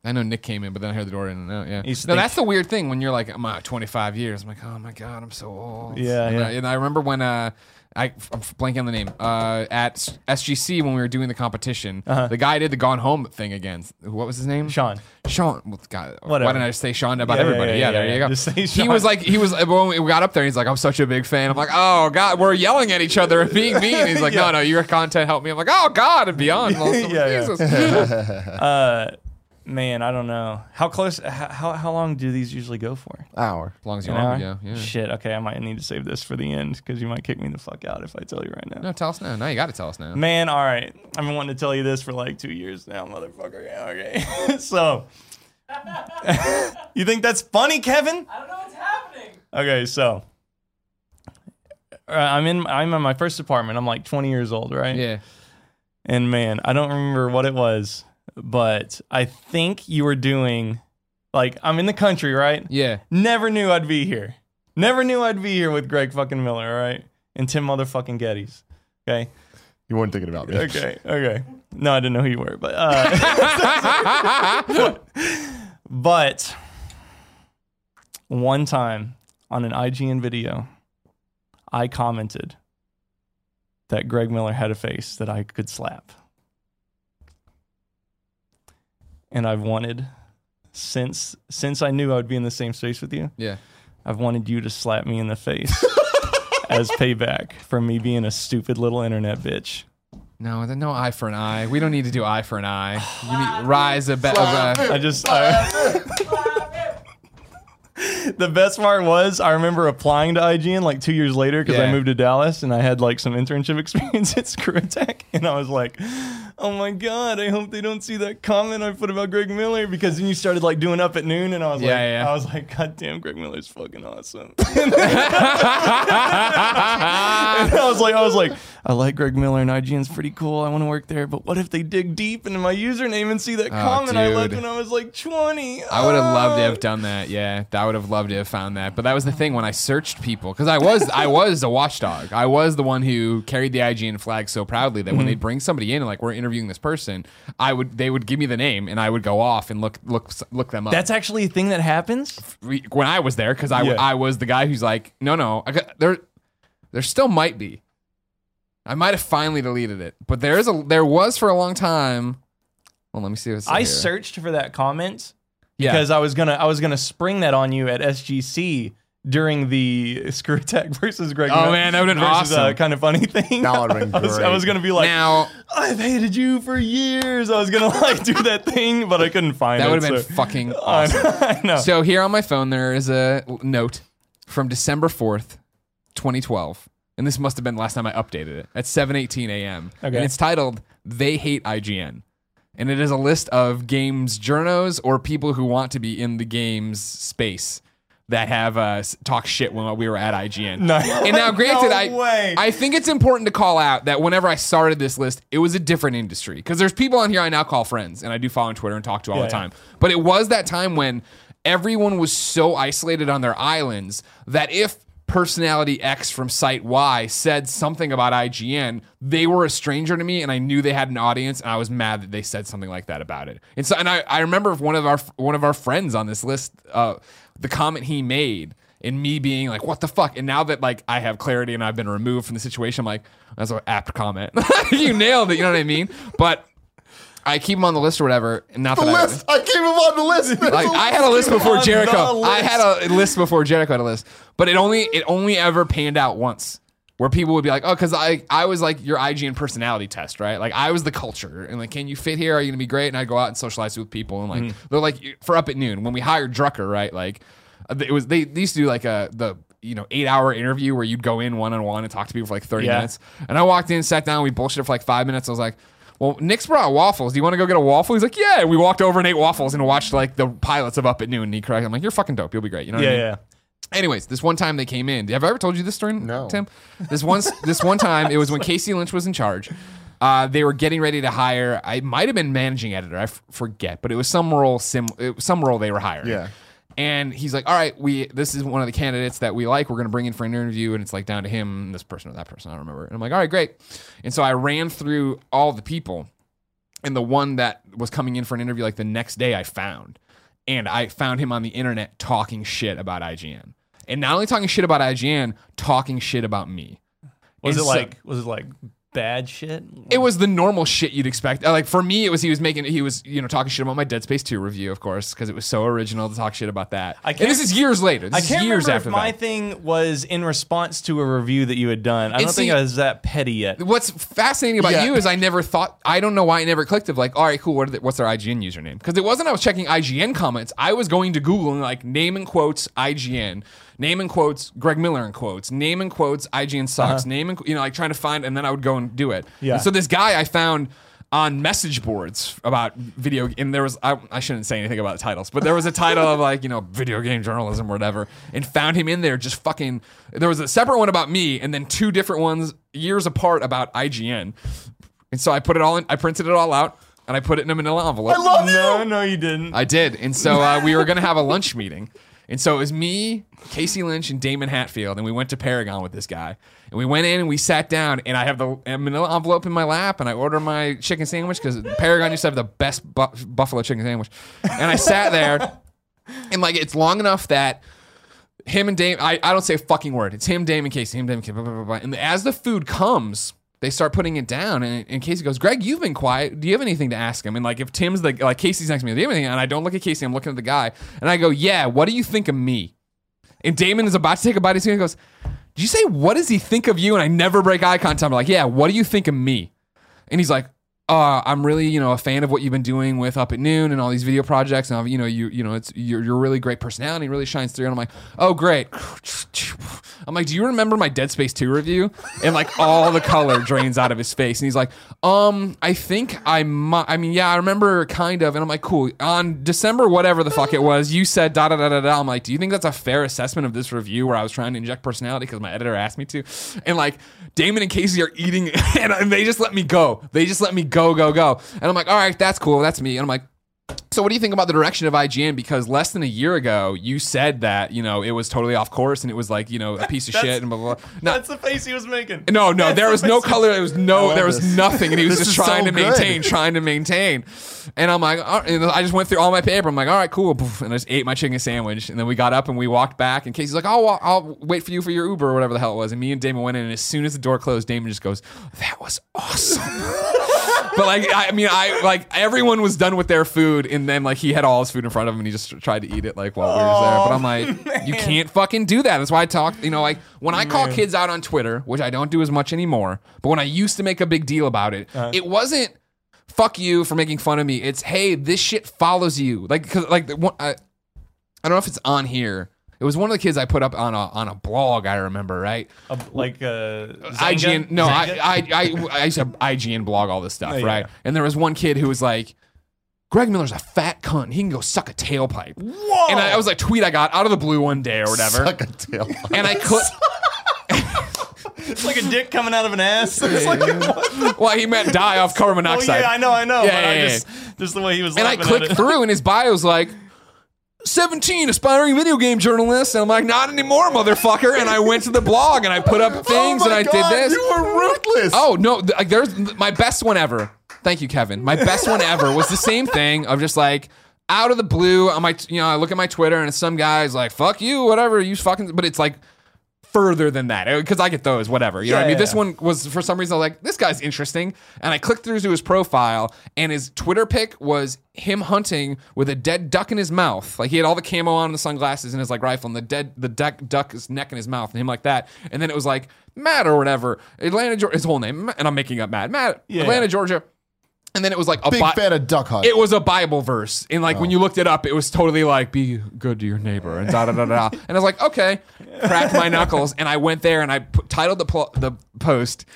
[SPEAKER 3] I know Nick came in, but then I heard the door in and out. Yeah. No,
[SPEAKER 2] used to think-
[SPEAKER 3] that's the weird thing when you're like, I'm uh, 25 years. I'm like, oh my god, I'm so old.
[SPEAKER 2] Yeah,
[SPEAKER 3] And,
[SPEAKER 2] yeah.
[SPEAKER 3] I, and I remember when uh, I I'm blanking on the name uh, at SGC when we were doing the competition. The guy did the Gone Home thing again. What was his name?
[SPEAKER 2] Uh-huh. Sean.
[SPEAKER 3] Sean, well, God, why
[SPEAKER 2] Whatever.
[SPEAKER 3] didn't I just say Sean about
[SPEAKER 2] Yeah, yeah,
[SPEAKER 3] everybody? Yeah,
[SPEAKER 2] yeah, yeah,
[SPEAKER 3] there
[SPEAKER 2] yeah.
[SPEAKER 3] you go.
[SPEAKER 2] Just say
[SPEAKER 3] He
[SPEAKER 2] Sean.
[SPEAKER 3] was like, he was when we got up there. He's like, I'm such a big fan. I'm like, oh God, we're yelling at each other and being mean. And he's like, no, no, your content helped me. I'm like, oh God, and beyond. I'm like,
[SPEAKER 2] Yeah, yeah.
[SPEAKER 3] Jesus.
[SPEAKER 2] Uh, man, I don't know how close. How how- how long do these usually go for?
[SPEAKER 1] hour
[SPEAKER 3] As long as you
[SPEAKER 2] An
[SPEAKER 3] want, yeah,
[SPEAKER 2] hour?
[SPEAKER 3] yeah.
[SPEAKER 2] Shit. Okay, I might need to save this for the end because you might kick me the fuck out if I tell you right now.
[SPEAKER 3] No, tell us now. Now you got to tell us now.
[SPEAKER 2] Man, all right. I've been wanting to tell you this for like two years now, motherfucker. Yeah, okay. so, you think that's funny, Kevin?
[SPEAKER 5] I don't know what's happening.
[SPEAKER 2] Okay, so uh, I'm in I'm in my first apartment. I'm like 20 years old, right?
[SPEAKER 3] Yeah.
[SPEAKER 2] And man, I don't remember what it was, but I think you were doing like I'm in the country, right?
[SPEAKER 3] Yeah.
[SPEAKER 2] Never knew I'd be here. Never knew I'd be here with Greg fucking Miller, all right? And Tim motherfucking Gettys. Okay.
[SPEAKER 1] you weren't thinking about me
[SPEAKER 2] Okay. Okay. No, I didn't know who you were, but uh, but one time on an IGN video, I commented that Greg Miller had a face that I could slap. And I've wanted since since I knew I would be in the same space with you,
[SPEAKER 3] Yeah.
[SPEAKER 2] I've wanted you to slap me in the face as payback for me being a stupid little internet bitch.
[SPEAKER 3] No, there's no eye for an eye. We don't need to do eye for an eye. You need rise a be- of a-
[SPEAKER 2] I just I, the best part was I remember applying to IGN like two years later because
[SPEAKER 3] Yeah.
[SPEAKER 2] I moved to Dallas and I had like some internship experience at ScrewTech and I was like, oh my god, I hope they don't see that comment I put about Greg Miller because then you started like doing up at noon and I was
[SPEAKER 3] Yeah,
[SPEAKER 2] like,
[SPEAKER 3] yeah.
[SPEAKER 2] I was like, god damn, Greg Miller's fucking awesome. And I was like, I was like, I like Greg Miller and IGN's pretty cool. I want to work there, but what if they dig deep into my username and see that comment I left
[SPEAKER 3] Oh, dude.
[SPEAKER 2] when I was like 20?
[SPEAKER 3] I would have loved to
[SPEAKER 2] Oh.
[SPEAKER 3] have done that. Yeah, I would have loved to have found that. But that was the thing when I searched people because I was I was a watchdog. I was the one who carried the IGN flag so proudly that when
[SPEAKER 2] Mm-hmm.
[SPEAKER 3] they bring somebody in and like we're interviewing this person, I would they would give me the name and I would go off and look look look them up.
[SPEAKER 2] That's actually a thing that happens.
[SPEAKER 3] we- when I was there because I,
[SPEAKER 2] Yeah.
[SPEAKER 3] I was the guy who's like, no, no, I got, there, there still might be. I might have finally deleted it, but there is a there was for a long time. Well, let me see. If it's
[SPEAKER 2] I
[SPEAKER 3] here.
[SPEAKER 2] searched for that comment
[SPEAKER 3] Yeah.
[SPEAKER 2] because I was gonna I was gonna spring that on you at SGC during the ScrewTech versus Greg.
[SPEAKER 3] Oh,
[SPEAKER 2] Mil-
[SPEAKER 3] man, that would've been
[SPEAKER 2] versus, uh,
[SPEAKER 3] awesome.
[SPEAKER 2] kind of funny thing.
[SPEAKER 1] That would've been
[SPEAKER 2] I was, I
[SPEAKER 1] great.
[SPEAKER 2] was gonna be like,
[SPEAKER 3] now
[SPEAKER 2] I've hated you for years. I was gonna like do that thing, but I couldn't find
[SPEAKER 3] that
[SPEAKER 2] it.
[SPEAKER 3] would have been
[SPEAKER 2] so-
[SPEAKER 3] fucking
[SPEAKER 2] I
[SPEAKER 3] awesome.
[SPEAKER 2] know. I know.
[SPEAKER 3] So here on my phone, there is a l- note from December fourth, twenty twelve, and this must have been the last time I updated it at seven eighteen a.m.
[SPEAKER 2] Okay.
[SPEAKER 3] and it's titled "They Hate IGN," and it is a list of games journos or people who want to be in the games space that have uh, s- talk shit when we were at IGN.
[SPEAKER 2] No.
[SPEAKER 3] And now, granted,
[SPEAKER 2] No
[SPEAKER 3] I
[SPEAKER 2] way.
[SPEAKER 3] I think it's important to call out that whenever I started this list, it was a different industry because there's people on here I now call friends, and I do follow on Twitter and talk to all the
[SPEAKER 2] yeah.
[SPEAKER 3] time. But it was that time when everyone was so isolated on their islands that if personality X from site Y said something about IGN, they were a stranger to me and I knew they had an audience and I was mad that they said something like that about it. And so and I, I remember one of our one of our friends on this list uh, the comment he made and me being like, what the fuck? And now that like I have clarity and I've been removed from the situation, I'm like, that's an apt comment. you nailed it. You know what I mean? But I keep him on the list or whatever. and Not
[SPEAKER 1] The
[SPEAKER 3] that I-
[SPEAKER 1] list. I keep him on the list.
[SPEAKER 3] like I had a list before
[SPEAKER 2] On
[SPEAKER 3] Jericho.
[SPEAKER 2] the
[SPEAKER 3] I had a list before Jericho had a list, but it only it only ever panned out once, where people would be like, "Oh, because I I was like your IGN personality test, right? Like I was the culture, and like, can you fit here? Are you gonna be great?" And I go out and socialize with people, and like they're like for up at noon when we hired Drucker, right? Like it was they, they used to do like a the you know eight hour interview where you'd go in one on one and talk to people for like thirty
[SPEAKER 2] Yeah.
[SPEAKER 3] minutes, and I walked in, sat down, we bullshit for like five minutes. I was like. Well, Nick's brought waffles. Do you want to go get a waffle? He's like, yeah. And we walked over and ate waffles and watched like the pilots of Up at Noon. And he cracked. I'm like, you're fucking dope. You'll be great. You know what I
[SPEAKER 2] Yeah,
[SPEAKER 3] mean?
[SPEAKER 2] yeah.
[SPEAKER 3] Anyways, this one time they came in. Have I ever told you this story,
[SPEAKER 1] No.
[SPEAKER 3] Tim? This once, this one time, it was when Casey Lynch was in charge. Uh, they were getting ready to hire. I might have been managing editor. I f- forget, but it was some role. Sim, it was some role they were hiring.
[SPEAKER 1] Yeah.
[SPEAKER 3] And he's like, "All right, we this is one of the candidates that we like. We're going to bring in for an interview, and it's like down to him, this person or that person. I don't remember." And I'm like, "All right, great." And so I ran through all the people, and the one that was coming in for an interview like the next day I found. And I found him on the internet talking shit about IGN. And not only talking shit about IGN, talking shit about me.
[SPEAKER 2] Was
[SPEAKER 3] And
[SPEAKER 2] it
[SPEAKER 3] so-
[SPEAKER 2] like was it like bad shit?
[SPEAKER 3] it was the normal shit you'd expect. Uh, Like for me, it was he was making he was you know talking shit about my Dead Space two review, of course, because it was so original to talk shit about that.
[SPEAKER 2] I
[SPEAKER 3] and
[SPEAKER 2] can't-
[SPEAKER 3] this is years later. This
[SPEAKER 2] I can't
[SPEAKER 3] is years
[SPEAKER 2] remember
[SPEAKER 3] after
[SPEAKER 2] if my
[SPEAKER 3] that.
[SPEAKER 2] thing was in response to a review that you had done. I don't
[SPEAKER 3] see-
[SPEAKER 2] think I was that petty yet.
[SPEAKER 3] What's fascinating about
[SPEAKER 1] Yeah.
[SPEAKER 3] you is I never thought I don't know why I never clicked of like all right cool what are the, what's their IGN username because it wasn't I was checking IGN comments I was going to Google and like name in quotes IGN name in quotes Greg Miller in quotes name in quotes IGN sucks name in you know like trying to find and then I would go and do it
[SPEAKER 2] Yeah.
[SPEAKER 3] And so this guy I found on message boards about video and there was I, I shouldn't say anything about titles but there was a title of like you know video game journalism or whatever and found him in there just fucking there was a separate one about me and then two different ones years apart about IGN and so I put it all in I printed it all out and I put it in a manila envelope I
[SPEAKER 2] no, no, you didn't.
[SPEAKER 3] I did and so uh, we were gonna have a lunch meeting and so it was me Casey Lynch and Damon Hatfield and we went to Paragon with this guy and we went in and we sat down and I have the a manila envelope in my lap and I order my chicken sandwich because Paragon used to have the best bu- buffalo chicken sandwich and I sat there and like it's long enough that him and Dame, I, I don't say a fucking word. It's him, Dame, and Casey. Him, Dame, and Casey. Blah, blah, blah, blah. And as the food comes, they start putting it down. And, and Casey goes, Greg, you've been quiet. Do you have anything to ask him? And like, if Tim's the, like, Casey's next to me, do you have anything? And I don't look at Casey. I'm looking at the guy. And I go, yeah, what do you think of me? And Damon is about to take a bite of his food and goes, Did you say, what does he think of you? And I never break eye contact. I'm like, Yeah, what do you think of me? And he's like, uh, I'm really, you know, a fan of what you've been doing with Up at Noon and all these video projects. And, I've- you know, you, you know, it's your, your really great personality really shines through. And I'm like, oh, great. I'm like, do you remember my Dead Space 2 review? And like all the color drains out of his face. And he's like, um, I think I might, I mean, yeah, I remember kind of. And I'm like, cool. On December, whatever the fuck it was, you said da da da da da. I'm like, do you think that's a fair assessment of this review where I was trying to inject personality because my editor asked me to? And like, Damon and Casey are eating and, and they just let me go. They just let me go, go, go. And I'm like, all right, that's cool. That's me. And I'm like, so what do you think about the direction of IGN? Because less than a year ago, you said that you know it was totally off course and it was like you know a piece of shit and blah blah. blah. No,
[SPEAKER 2] That's the face he was making.
[SPEAKER 3] no, no. There was no color. There was no.
[SPEAKER 1] love
[SPEAKER 3] There was
[SPEAKER 1] this.
[SPEAKER 3] nothing, and he was
[SPEAKER 1] This
[SPEAKER 3] just
[SPEAKER 1] is so
[SPEAKER 3] trying to
[SPEAKER 1] good.
[SPEAKER 3] maintain, trying to maintain. And I'm like, all right, and I just went through all my paper. I'm like, all right, cool. Poof, And I just ate my chicken sandwich. And then we got up and we walked back. And Casey's like, I'll wa- I'll wait for you for your Uber or whatever the hell it was. And me and Damon went in. And as soon as the door closed, Damon just goes, "That was awesome." but like, I mean, I like everyone was done with their food, and then like he had all his food in front of him, and he just tried to eat it like while we were there. But I'm like, you can't fucking do that. That's why I talk. You know, like when I call kids out on Twitter, which I don't do as much anymore, but when I used to make a big deal about it, it wasn't fuck you for making fun of me. It's hey, this shit follows you. Like, cause like the one, I, I don't know if it's on here. It was one of the kids I put up on a on a blog. I remember right.
[SPEAKER 2] A- like uh, Zynga?
[SPEAKER 3] IGN. No, I,
[SPEAKER 2] Zynga? Oh,
[SPEAKER 3] I, I, I used to IGN blog all this stuff,
[SPEAKER 2] yeah,
[SPEAKER 3] right?
[SPEAKER 2] yeah.
[SPEAKER 3] And there was one kid who was like, Greg Miller's a fat cunt. He can go suck a tailpipe. Whoa. And I, I was like, tweet I got out of the blue one day or whatever.
[SPEAKER 1] Suck a tail.
[SPEAKER 3] And I click.
[SPEAKER 2] it's like a dick coming out of an ass. It's like,
[SPEAKER 3] well, he meant die off carbon
[SPEAKER 2] oh
[SPEAKER 3] monoxide.
[SPEAKER 2] yeah, I know, I know.
[SPEAKER 3] Yeah,
[SPEAKER 2] but
[SPEAKER 3] yeah,
[SPEAKER 2] I
[SPEAKER 3] yeah.
[SPEAKER 2] just, just the way he was.
[SPEAKER 3] and I
[SPEAKER 2] laughing at
[SPEAKER 3] clicked
[SPEAKER 2] it.
[SPEAKER 3] through, and his bio's like, 17 aspiring video game journalist. And I'm like, not anymore, motherfucker. And I went to the blog and I put up things
[SPEAKER 1] Oh
[SPEAKER 3] and
[SPEAKER 1] my
[SPEAKER 3] I
[SPEAKER 1] God,
[SPEAKER 3] did this.
[SPEAKER 1] You were ruthless.
[SPEAKER 3] Oh no! th- Like there's my best one ever. Thank you, Kevin. My best one ever was the same thing of just like out of the blue on my, t- you know, I look at my Twitter and some guy's like, "Fuck you, whatever, you fucking," but it's like further than that because I get those, whatever. You know what I
[SPEAKER 2] Yeah,
[SPEAKER 3] mean?
[SPEAKER 2] yeah,
[SPEAKER 3] This
[SPEAKER 2] yeah.
[SPEAKER 3] one was for some reason I was like, "This guy's interesting," and I clicked through to his profile, and his Twitter pic was him hunting with a dead duck in his mouth. Like he had all the camo on, and the sunglasses, and his like rifle, and the dead the duck duck's neck in his mouth, and him like that. And then it was like Matt or whatever, Atlanta, Georgia, his whole name, and I'm making up Matt, Matt,
[SPEAKER 2] Yeah.
[SPEAKER 3] Atlanta, Georgia. And then it was like a
[SPEAKER 1] Big
[SPEAKER 3] bi-
[SPEAKER 1] fan of Duck Hunt.
[SPEAKER 3] it was a Bible verse, and like when you looked it up, it was totally like "be good to your neighbor" and da da da da. And I was like, okay, cracked my knuckles, and I went there and I put, titled the pl- the post,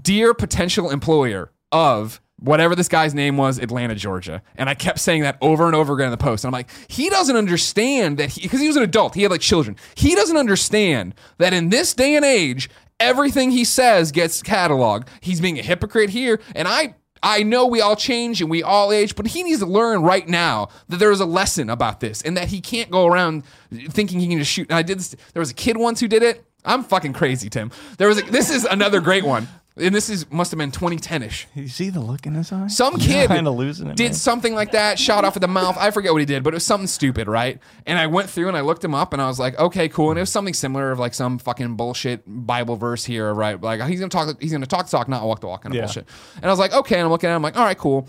[SPEAKER 3] "Dear potential employer of." Whatever this guy's name was, Atlanta, Georgia, and I kept saying that over and over again in the post. And I'm like, he doesn't understand that he, because he was an adult, he had like children. He doesn't understand that in this day and age, everything he says gets cataloged. He's being a hypocrite here, and I I know we all change and we all age, but he needs to learn right now that there is a lesson about this and that he can't go around thinking he can just shoot. And I did this. There was a kid once who did it. I'm fucking crazy, Tim. There was a, this is another great one, and this is must have been 2010ish.
[SPEAKER 2] You see the look in his eye?
[SPEAKER 3] Some kid
[SPEAKER 2] kinda losing it,
[SPEAKER 3] did
[SPEAKER 2] man.
[SPEAKER 3] something like that, shot off at the mouth. I forget what he did, but it was something stupid, right? And I went through and I looked him up and I was like, okay, cool. And it was something similar of like some fucking bullshit Bible verse here, right? Like he's gonna talk, he's gonna talk the talk, not walk the walk, kind of
[SPEAKER 2] Yeah.
[SPEAKER 3] bullshit. And I was like, okay. And I'm looking at him like, all right, cool.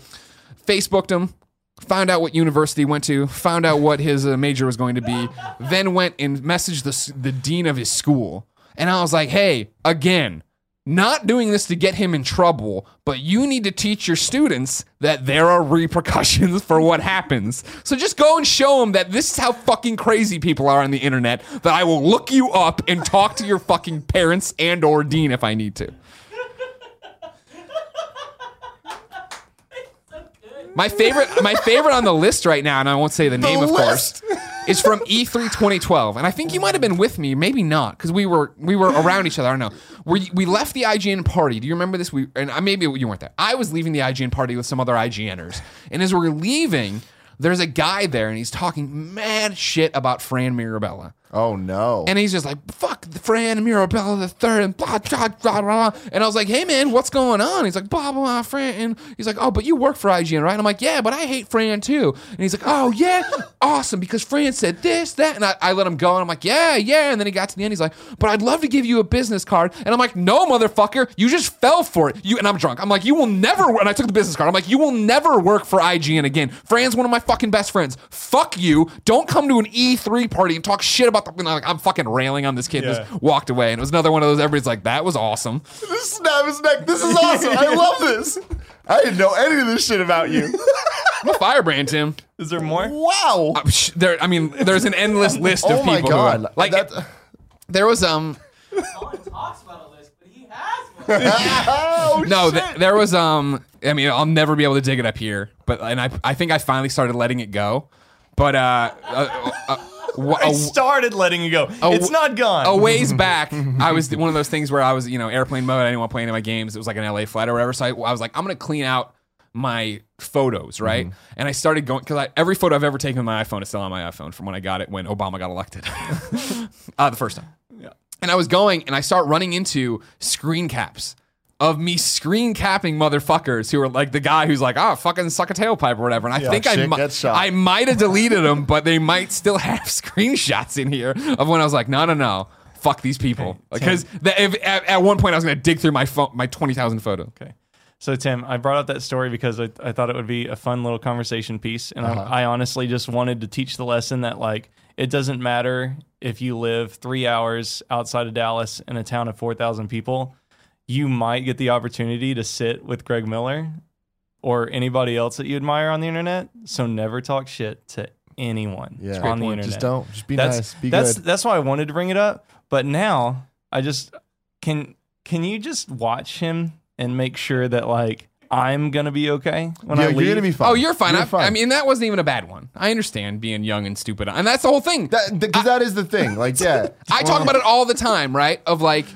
[SPEAKER 3] Facebooked him, found out what university he went to, found out what his uh, major was going to be, then went and messaged the, s- the dean of his school. And I was like, hey, again, not doing this to get him in trouble, but you need to teach your students that there are repercussions for what happens. So just go and show them that this is how fucking crazy people are on the internet, that I will look you up and talk to your fucking parents and or dean if I need to. My favorite, my favorite on the list right now, and I won't say the, name, of course, is from E E3 2012, and I think you might have been with me, maybe not, because we were we were around each other. I don't know. We we left the IGN party. Do you remember this? We and I, maybe you weren't there. I was leaving the IGN party with some other IGNers, and as we're leaving, there's a guy there, and he's talking mad shit about Fran Mirabella.
[SPEAKER 1] oh no.
[SPEAKER 3] And he's just like, fuck the Fran Mirabella the third and blah, blah, blah, blah. blah. And I was like, hey, man, what's going on? He's like, blah, blah, blah, Fran. And he's like, oh, but you work for IGN, right? And I'm like, yeah, but I hate Fran too. And he's like, oh, yeah, awesome, because Fran said this, that. And I, I let him go. And I'm like, yeah, yeah. And then he got to the end. He's like, but I'd love to give you a business card. And I'm like, no, motherfucker, you just fell for it. You And I'm drunk. I'm like, you will never. And I took the business card. I'm like, you will never work for IGN again. Fran's one of my fucking best friends. Fuck you. Don't come to an E3 party and talk shit about the. And I'm, like, I'm fucking railing on this kid. and
[SPEAKER 2] Yeah.
[SPEAKER 3] Just walked away. And it was another one of those. Everybody's like, that was awesome.
[SPEAKER 1] This snap his neck. This is awesome. I love this. I didn't know any of this shit about you.
[SPEAKER 3] I'm a firebrand, Tim.
[SPEAKER 2] Is there more?
[SPEAKER 1] Wow.
[SPEAKER 3] Uh, sh- There, I mean, there's an endless list of
[SPEAKER 1] oh
[SPEAKER 3] people.
[SPEAKER 1] my
[SPEAKER 3] who-
[SPEAKER 1] god.
[SPEAKER 3] like,
[SPEAKER 1] That-
[SPEAKER 3] there was um,
[SPEAKER 5] one talks about a list, but he has one.
[SPEAKER 1] oh
[SPEAKER 3] no,
[SPEAKER 1] shit.
[SPEAKER 3] th- there was um. I mean, I'll never be able to dig it up here, but and I, I think I finally started letting it go, but uh, uh, uh, wh-
[SPEAKER 2] I
[SPEAKER 3] a-
[SPEAKER 2] started letting you go. it's not gone.
[SPEAKER 3] a ways back, I was one of those things where I was, you know, airplane mode. I didn't want to play any of my games. It was like an LA flight or whatever. So I, I was like, I'm going to clean out my photos, right?
[SPEAKER 1] Mm-hmm.
[SPEAKER 3] And I started going because every photo I've ever taken with my iPhone is still on my iPhone from when I got it when Obama got elected, uh, the first time. And I was going, and I start running into screen caps of me screen capping motherfuckers who are like the guy who's like, ah, fucking suck a tailpipe or whatever. And I think I,
[SPEAKER 1] shit
[SPEAKER 3] mi-
[SPEAKER 1] gets shot.
[SPEAKER 3] I might have deleted them, but they might still have screenshots in here of when I was like, no, no, no, fuck these people, because if at, at one point I was gonna dig through my phone, my twenty thousand photo.
[SPEAKER 2] Okay. So Tim, I brought up that story because I, I thought it would be a fun little conversation piece, and I, I honestly just wanted to teach the lesson that like it doesn't matter if you live three hours outside of Dallas in a town of four thousand people, you might get the opportunity to sit with Greg Miller or anybody else that you admire on the internet. So never talk shit to anyone
[SPEAKER 1] Yeah. That's a great
[SPEAKER 2] on the internet.
[SPEAKER 1] Just don't. Just be
[SPEAKER 2] that's
[SPEAKER 1] nice. Be
[SPEAKER 2] that's
[SPEAKER 1] good.
[SPEAKER 2] that's why I wanted to bring it up. But now I just can can you just watch him and make sure that like I'm gonna be okay when
[SPEAKER 1] Yeah,
[SPEAKER 2] I leave.
[SPEAKER 1] you're gonna be fine.
[SPEAKER 3] Oh, you're fine. I,
[SPEAKER 1] fine.
[SPEAKER 3] I mean, that wasn't even a bad one. I understand being young and stupid, and that's the whole thing.
[SPEAKER 1] that because that is the thing. Like, yeah.
[SPEAKER 3] I talk about it all the time, right? Of like,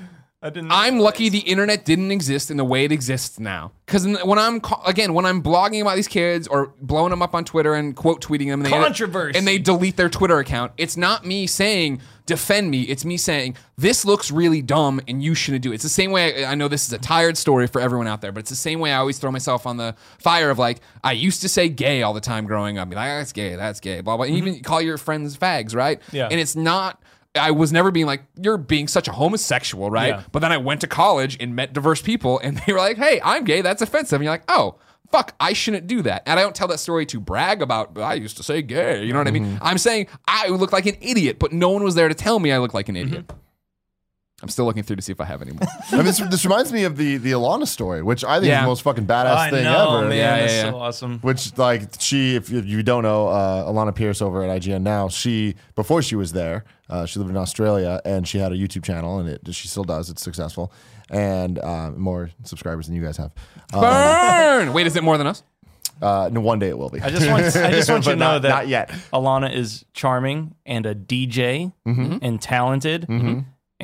[SPEAKER 2] I didn't.
[SPEAKER 3] I'm lucky the internet didn't exist in the way it exists now. Because when I'm ca- again when I'm blogging about these kids or blowing them up on Twitter and quote tweeting them, and they
[SPEAKER 2] Controversy.
[SPEAKER 3] and they delete their Twitter account. It's not me saying defend me. It's me saying this looks really dumb and you shouldn't do it. It's the same way I, I know this is a tired story for everyone out there, but it's the same way I always throw myself on the fire of like I used to say gay all the time growing up. Be like "Ah, that's gay, that's gay, blah blah. And even call your friends fags, right?
[SPEAKER 2] Mm-hmm. Yeah.
[SPEAKER 3] And it's not. I was never being like, you're being such a homosexual, right?
[SPEAKER 2] Yeah.
[SPEAKER 3] But then I went to college and met diverse people, and they were like, hey, I'm gay. That's offensive. And you're like, oh, fuck, I shouldn't do that. And I don't tell that story to brag about, I used to say gay. You know what I
[SPEAKER 1] Mm-hmm.
[SPEAKER 3] mean? I'm saying I look like an idiot, but no one was there to tell me I look like an idiot.
[SPEAKER 1] Mm-hmm.
[SPEAKER 3] I'm still looking through to see if I have any more.
[SPEAKER 1] I mean, this, this reminds me of the the Alana story, which I think is
[SPEAKER 3] Yeah.
[SPEAKER 1] the most fucking badass
[SPEAKER 2] I
[SPEAKER 1] thing
[SPEAKER 2] know,
[SPEAKER 1] ever.
[SPEAKER 2] man.
[SPEAKER 3] Yeah,
[SPEAKER 2] that's
[SPEAKER 3] yeah, yeah.
[SPEAKER 2] so awesome.
[SPEAKER 1] Which, like, she, if you- if you don't know, uh, Alana Pierce over at IGN now, she, before she was there, uh, she lived in Australia and she had a YouTube channel and it, she still does. It's successful and uh, more subscribers than you guys have. Uh,
[SPEAKER 3] Burn! Wait, is it more than us?
[SPEAKER 1] uh, no, one day it will be.
[SPEAKER 2] I just want I just want you to
[SPEAKER 1] But
[SPEAKER 2] know
[SPEAKER 1] not-
[SPEAKER 2] that
[SPEAKER 1] not yet.
[SPEAKER 2] Alana is charming and a DJ
[SPEAKER 1] Mm-hmm.
[SPEAKER 2] and talented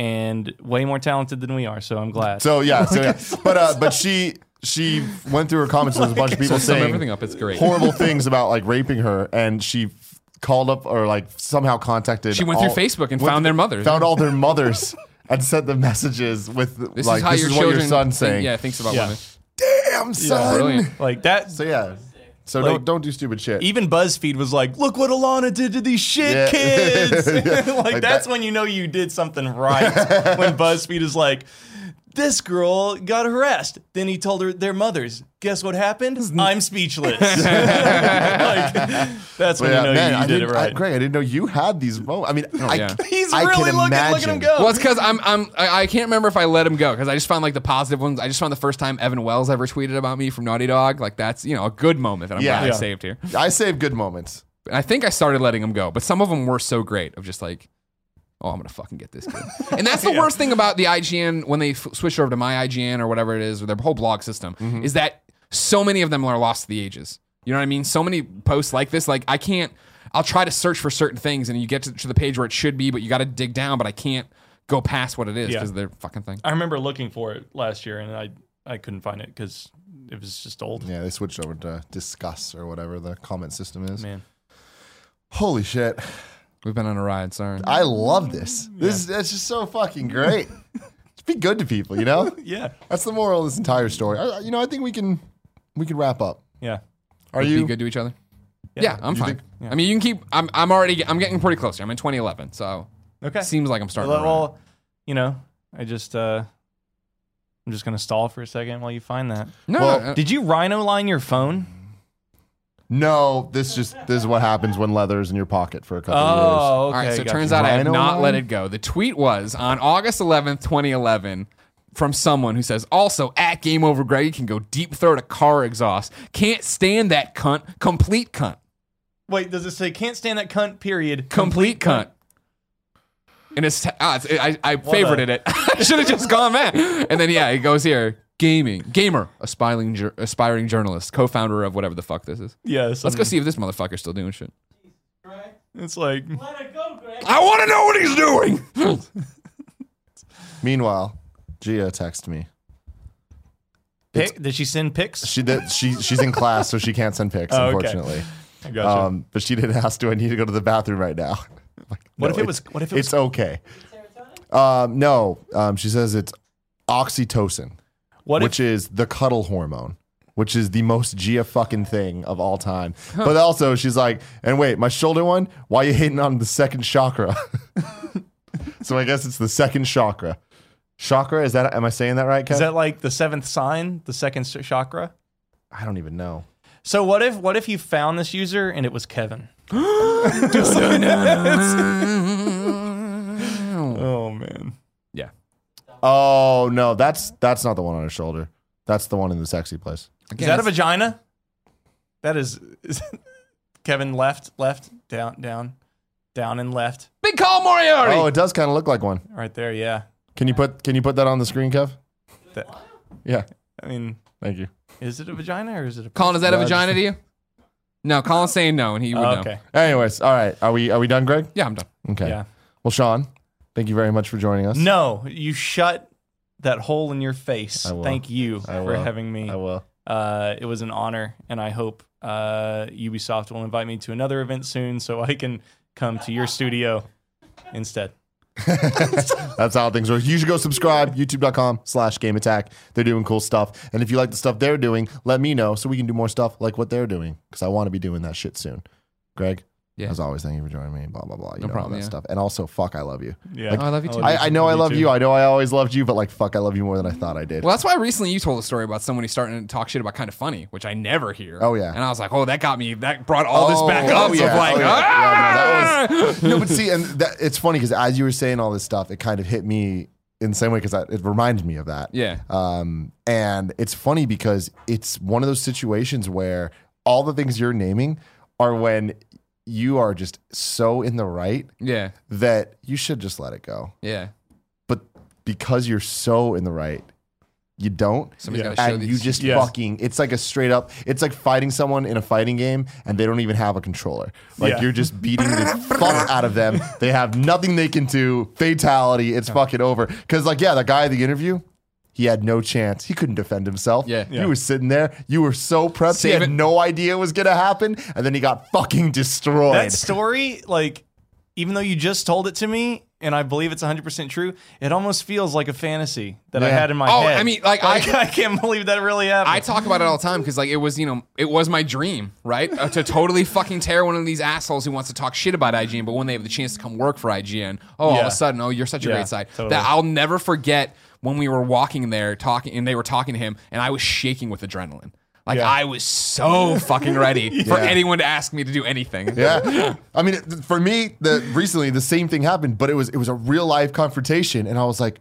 [SPEAKER 2] and way more talented than we are. So I'm glad.
[SPEAKER 1] So yeah, so, yeah. but uh, but she she went through her comments and there's a bunch of people
[SPEAKER 3] Sum everything
[SPEAKER 1] saying
[SPEAKER 3] up. It's great.
[SPEAKER 1] horrible things about like raping her, and she f- called up or like somehow contacted.
[SPEAKER 3] She went through
[SPEAKER 1] all-
[SPEAKER 3] Facebook
[SPEAKER 1] went
[SPEAKER 3] and found
[SPEAKER 1] through-
[SPEAKER 3] their mothers.
[SPEAKER 1] found all their mothers, and sent them messages with
[SPEAKER 3] this
[SPEAKER 1] like
[SPEAKER 3] is how
[SPEAKER 1] this
[SPEAKER 3] your
[SPEAKER 1] is what
[SPEAKER 3] children
[SPEAKER 1] your son's
[SPEAKER 3] think-
[SPEAKER 1] saying.
[SPEAKER 3] Yeah, thinks about
[SPEAKER 2] Yeah.
[SPEAKER 3] women.
[SPEAKER 1] Damn son.
[SPEAKER 3] Brilliant.
[SPEAKER 2] like that
[SPEAKER 1] So yeah, so
[SPEAKER 2] Like-
[SPEAKER 1] don't don't do stupid shit.
[SPEAKER 2] even BuzzFeed was like, "Look what Alana did to these shit
[SPEAKER 1] Yeah.
[SPEAKER 2] kids."
[SPEAKER 1] Yeah.
[SPEAKER 2] like,
[SPEAKER 1] Like
[SPEAKER 2] that's
[SPEAKER 1] that-
[SPEAKER 2] when you know you did something right. when BuzzFeed is like, "This girl got harassed." Then he told her their mothers. Guess what happened? I'm speechless. like that's
[SPEAKER 1] But,
[SPEAKER 2] when
[SPEAKER 1] yeah,
[SPEAKER 2] you know
[SPEAKER 1] man,
[SPEAKER 2] you,
[SPEAKER 1] I
[SPEAKER 2] you did
[SPEAKER 1] didn't-
[SPEAKER 2] it right. Oh,
[SPEAKER 1] I, Greg, I didn't know you had these moments. I mean, I,
[SPEAKER 3] yeah.
[SPEAKER 2] He's
[SPEAKER 1] I
[SPEAKER 2] really
[SPEAKER 1] can
[SPEAKER 2] looking. Look at him
[SPEAKER 1] imagine.
[SPEAKER 2] go.
[SPEAKER 3] Well, it's because I'm I'm I I can't remember if I let him go because I just found like the positive ones. I just found the first time Evan Wells ever tweeted about me from Naughty Dog. Like that's you know a good moment that I'm
[SPEAKER 1] Yeah.
[SPEAKER 3] glad
[SPEAKER 1] Yeah.
[SPEAKER 3] I saved here.
[SPEAKER 1] I save good moments.
[SPEAKER 3] And I think I started letting him go, but some of them were so great of just like, oh, I'm gonna fucking get this kid. and that's the worst thing about the IGN when they f- switch over to my IGN or whatever it is or their whole blog system is that so many of them are lost to the ages. You know what I mean? So many posts like this, like I can't. I'll try to search for certain things, and you get to, to the page where it should be, but you got to dig down. But I can't go past what it is
[SPEAKER 2] Yeah.
[SPEAKER 3] because they're fucking thing.
[SPEAKER 2] I remember looking for it last year, and I I couldn't find it because it was just old.
[SPEAKER 1] Yeah, they switched over to discuss or whatever the comment system is.
[SPEAKER 2] Man,
[SPEAKER 1] Holy shit.
[SPEAKER 3] We've been on a ride, sorry.
[SPEAKER 1] I love this. This is that's just so fucking great. just be good to people, you know.
[SPEAKER 2] yeah,
[SPEAKER 1] That's the moral of this entire story. I, I- you know, I think we can we can wrap up.
[SPEAKER 2] yeah.
[SPEAKER 1] Are
[SPEAKER 3] Be
[SPEAKER 1] you?
[SPEAKER 3] good to each other. Yeah, I'm
[SPEAKER 1] think-
[SPEAKER 3] fine. I mean, you can keep. I'm. I'm already. I'm getting pretty close. here. I'm in 2011, so
[SPEAKER 2] Okay.
[SPEAKER 3] seems like I'm starting. to
[SPEAKER 2] Well,
[SPEAKER 3] run.
[SPEAKER 2] well, you know, I just uh I'm just gonna stall for a second while you find that.
[SPEAKER 3] no, uh,
[SPEAKER 1] well,
[SPEAKER 3] no, no.
[SPEAKER 2] Did you rhino line your phone?
[SPEAKER 1] No, this just this is what happens when leather's in your pocket for a couple of years.
[SPEAKER 2] Oh, okay.
[SPEAKER 3] All right, so it
[SPEAKER 2] gotcha.
[SPEAKER 3] turns out I have
[SPEAKER 1] Rhino
[SPEAKER 3] not
[SPEAKER 1] line?
[SPEAKER 3] let it go. The tweet was on August 11th, 2011, from someone who says, also at Game Over Greg, you can go deep throat a car exhaust. Can't stand that cunt. Complete cunt.
[SPEAKER 2] Wait, does it say can't stand that cunt? Period.
[SPEAKER 3] Complete cunt. And it's, ah, it's I, I favorited it. I should have just gone back. And then, yeah, it goes here. Gaming. Gamer. Aspiring, jour- aspiring journalist. Co founder of whatever the fuck this is.
[SPEAKER 2] Yeah.
[SPEAKER 3] Let's go see if this motherfucker's still doing shit.
[SPEAKER 5] Greg.
[SPEAKER 2] It's like
[SPEAKER 5] Let it go, Greg.
[SPEAKER 3] I want to know what he's doing.
[SPEAKER 1] Meanwhile, Gia texted me.
[SPEAKER 2] pic, did she send pics?
[SPEAKER 1] She did, she she's in class, so she can't send pics,
[SPEAKER 2] Oh, okay.
[SPEAKER 1] unfortunately.
[SPEAKER 2] I gotcha.
[SPEAKER 1] Um, but she did ask, "Do I need to go to the bathroom right now?" I'm like, "No,
[SPEAKER 2] What if it
[SPEAKER 1] it's-
[SPEAKER 2] was- what if it was-
[SPEAKER 1] It's okay. Um, no, um, she says it's oxytocin,
[SPEAKER 2] what
[SPEAKER 1] which
[SPEAKER 2] if
[SPEAKER 1] is the cuddle hormone, which is the most Gia fucking thing of all time. But also, she's like, "And wait, my shoulder one? Why you hitting on the second chakra?" so I guess it's the second chakra. Chakra is that? Am I saying that right, Kev?
[SPEAKER 2] is that like the seventh sign, the second s- chakra?
[SPEAKER 1] I don't even know.
[SPEAKER 2] So what if what if you found this user and it was Kevin? oh man.
[SPEAKER 3] yeah.
[SPEAKER 1] Oh no, that's that's not the one on her shoulder. That's the one in the sexy place.
[SPEAKER 2] Is that a vagina? That is, is Kevin left, left, down, down, down and left.
[SPEAKER 3] Big call Moriarty.
[SPEAKER 1] Oh, it does kind of look like one.
[SPEAKER 2] Right there, yeah.
[SPEAKER 1] Can you put Can you put that on the screen, Kev?
[SPEAKER 2] That-
[SPEAKER 1] Yeah,
[SPEAKER 2] I mean,
[SPEAKER 1] thank you.
[SPEAKER 2] is it a vagina or is it a
[SPEAKER 3] Colin, is that a
[SPEAKER 1] No, I
[SPEAKER 3] vagina to you? No, Colin's saying no, and he would
[SPEAKER 2] Oh,
[SPEAKER 3] know.
[SPEAKER 2] okay.
[SPEAKER 1] Anyways, all right. Are we Are we done, Greg?
[SPEAKER 3] Yeah, I'm done.
[SPEAKER 1] Okay.
[SPEAKER 2] Yeah.
[SPEAKER 1] Well, Sean, thank you very much for joining us.
[SPEAKER 2] No, you shut that hole in your face.
[SPEAKER 1] I will.
[SPEAKER 2] Thank you
[SPEAKER 1] I
[SPEAKER 2] for
[SPEAKER 1] will.
[SPEAKER 2] having me.
[SPEAKER 1] I will.
[SPEAKER 2] Uh, it was an honor, and I hope uh, Ubisoft will invite me to another event soon so I can come to your studio instead.
[SPEAKER 1] That's how things work. You should go subscribe, youtube.com slash game attack. They're doing cool stuff. And if you like the stuff they're doing, let me know so we can do more stuff like what they're doing. Because I want to be doing that shit soon. Greg,
[SPEAKER 3] Yeah.
[SPEAKER 1] as always, thank you for joining me. Blah blah blah. You
[SPEAKER 3] No
[SPEAKER 1] know,
[SPEAKER 3] problem,
[SPEAKER 1] all that
[SPEAKER 3] yeah.
[SPEAKER 1] stuff. And also, fuck, I love you.
[SPEAKER 2] Yeah,
[SPEAKER 1] Like,
[SPEAKER 3] Oh, I love you too.
[SPEAKER 1] I, I know I love
[SPEAKER 2] too.
[SPEAKER 1] you. I know I always loved you, but like fuck, I love you more than I thought I did.
[SPEAKER 3] Well, that's why recently you told a story about somebody starting to talk shit about kind of funny, which I never hear.
[SPEAKER 1] Oh, yeah.
[SPEAKER 3] and I was like, oh, that got me. That brought all this back
[SPEAKER 1] Oh,
[SPEAKER 3] up.
[SPEAKER 1] oh,
[SPEAKER 3] So I'm like,
[SPEAKER 1] oh,
[SPEAKER 3] ah!
[SPEAKER 1] Yeah, no, that was- no, but see, and that, it's funny because as you were saying all this stuff, it kind of hit me in the same way because it reminded me of that.
[SPEAKER 3] Yeah.
[SPEAKER 1] Um, and it's funny because it's one of those situations where all the things you're naming are when you are just so in the right
[SPEAKER 3] yeah,
[SPEAKER 1] that you should just let it go.
[SPEAKER 3] yeah.
[SPEAKER 1] But because you're so in the right, you don't.
[SPEAKER 3] Somebody's
[SPEAKER 2] Yeah.
[SPEAKER 3] got to show
[SPEAKER 1] And
[SPEAKER 3] these.
[SPEAKER 1] you just
[SPEAKER 2] Yes.
[SPEAKER 1] fucking, it's like a straight up, it's like fighting someone in a fighting game and they don't even have a controller. Like
[SPEAKER 2] Yeah.
[SPEAKER 1] you're just beating the fuck out of them. They have nothing they can do. Fatality, it's fucking over. Cause like, yeah, the guy at the interview, he had no chance. He couldn't defend himself.
[SPEAKER 3] Yeah.
[SPEAKER 1] You were sitting there. You were so prepped. he
[SPEAKER 3] Save
[SPEAKER 1] had
[SPEAKER 3] it.
[SPEAKER 1] no idea it was going to happen. And then he got fucking destroyed.
[SPEAKER 2] that story, like, even though you just told it to me, and I believe it's 100% true, it almost feels like a fantasy that I
[SPEAKER 1] Yeah.
[SPEAKER 2] had in my
[SPEAKER 3] Oh,
[SPEAKER 2] head.
[SPEAKER 3] I mean, like, I-
[SPEAKER 2] I, can't believe that really happened.
[SPEAKER 3] I talk about it all the time because like it was you know it was my dream right Uh, to totally fucking tear one of these assholes who wants to talk shit about IGN but when they have the chance to come work for IGN oh all of
[SPEAKER 2] Yeah.
[SPEAKER 3] a sudden oh you're such a
[SPEAKER 2] Yeah,
[SPEAKER 3] great side
[SPEAKER 2] totally.
[SPEAKER 3] that I'll never forget when we were walking there talking and they were talking to him and I was shaking with adrenaline like
[SPEAKER 2] Yeah.
[SPEAKER 3] I was so fucking ready for
[SPEAKER 1] Yeah.
[SPEAKER 3] anyone to ask me to do anything
[SPEAKER 1] Yeah. I mean, it- for me, the recently the same thing happened, but it was it was a real life confrontation, and I was like,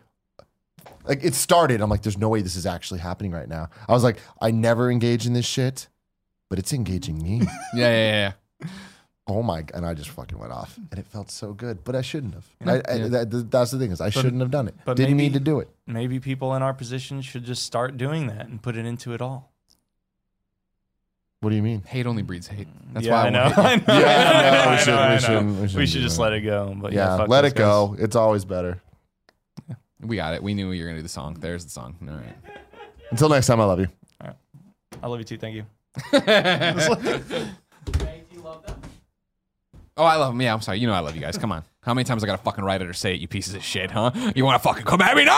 [SPEAKER 1] like it started. I'm like, there's no way this is actually happening right now. I was like, I never engage in this shit, but it's engaging me.
[SPEAKER 3] yeah yeah yeah
[SPEAKER 1] oh my! g- And I just fucking went off, and it felt so good, but I shouldn't have. I, I, that, that's the thing is, I shouldn't have done it.
[SPEAKER 2] but
[SPEAKER 1] Didn't
[SPEAKER 2] maybe-
[SPEAKER 1] need to do it.
[SPEAKER 2] Maybe people in our position should just start doing that and put it into it all.
[SPEAKER 1] What do you mean?
[SPEAKER 3] hate only breeds hate that's
[SPEAKER 2] yeah,
[SPEAKER 3] why
[SPEAKER 2] I,
[SPEAKER 3] I,
[SPEAKER 2] know.
[SPEAKER 3] won't hate
[SPEAKER 2] I
[SPEAKER 3] you.
[SPEAKER 2] know.
[SPEAKER 1] Yeah,
[SPEAKER 2] I
[SPEAKER 1] I know. We
[SPEAKER 2] know. I
[SPEAKER 1] should-
[SPEAKER 2] know, I
[SPEAKER 1] we
[SPEAKER 2] know.
[SPEAKER 1] shouldn't- we
[SPEAKER 2] We
[SPEAKER 1] shouldn't
[SPEAKER 2] should
[SPEAKER 1] do
[SPEAKER 2] just
[SPEAKER 1] that.
[SPEAKER 2] let it go. But yeah,
[SPEAKER 1] Yeah,
[SPEAKER 2] fuck
[SPEAKER 1] let
[SPEAKER 2] those
[SPEAKER 1] it
[SPEAKER 2] guys.
[SPEAKER 1] go. It's always better.
[SPEAKER 3] we got it we knew you were gonna do the song there's the song all right.
[SPEAKER 1] Until next time, I love you.
[SPEAKER 2] I love you too. Thank you.
[SPEAKER 5] Hey, do you love them?
[SPEAKER 3] Oh, I love him. Yeah, I'm sorry. You know I love you guys. Come on. How many times I gotta fucking write it or say it, you pieces of shit, huh? You wanna fucking come at me now?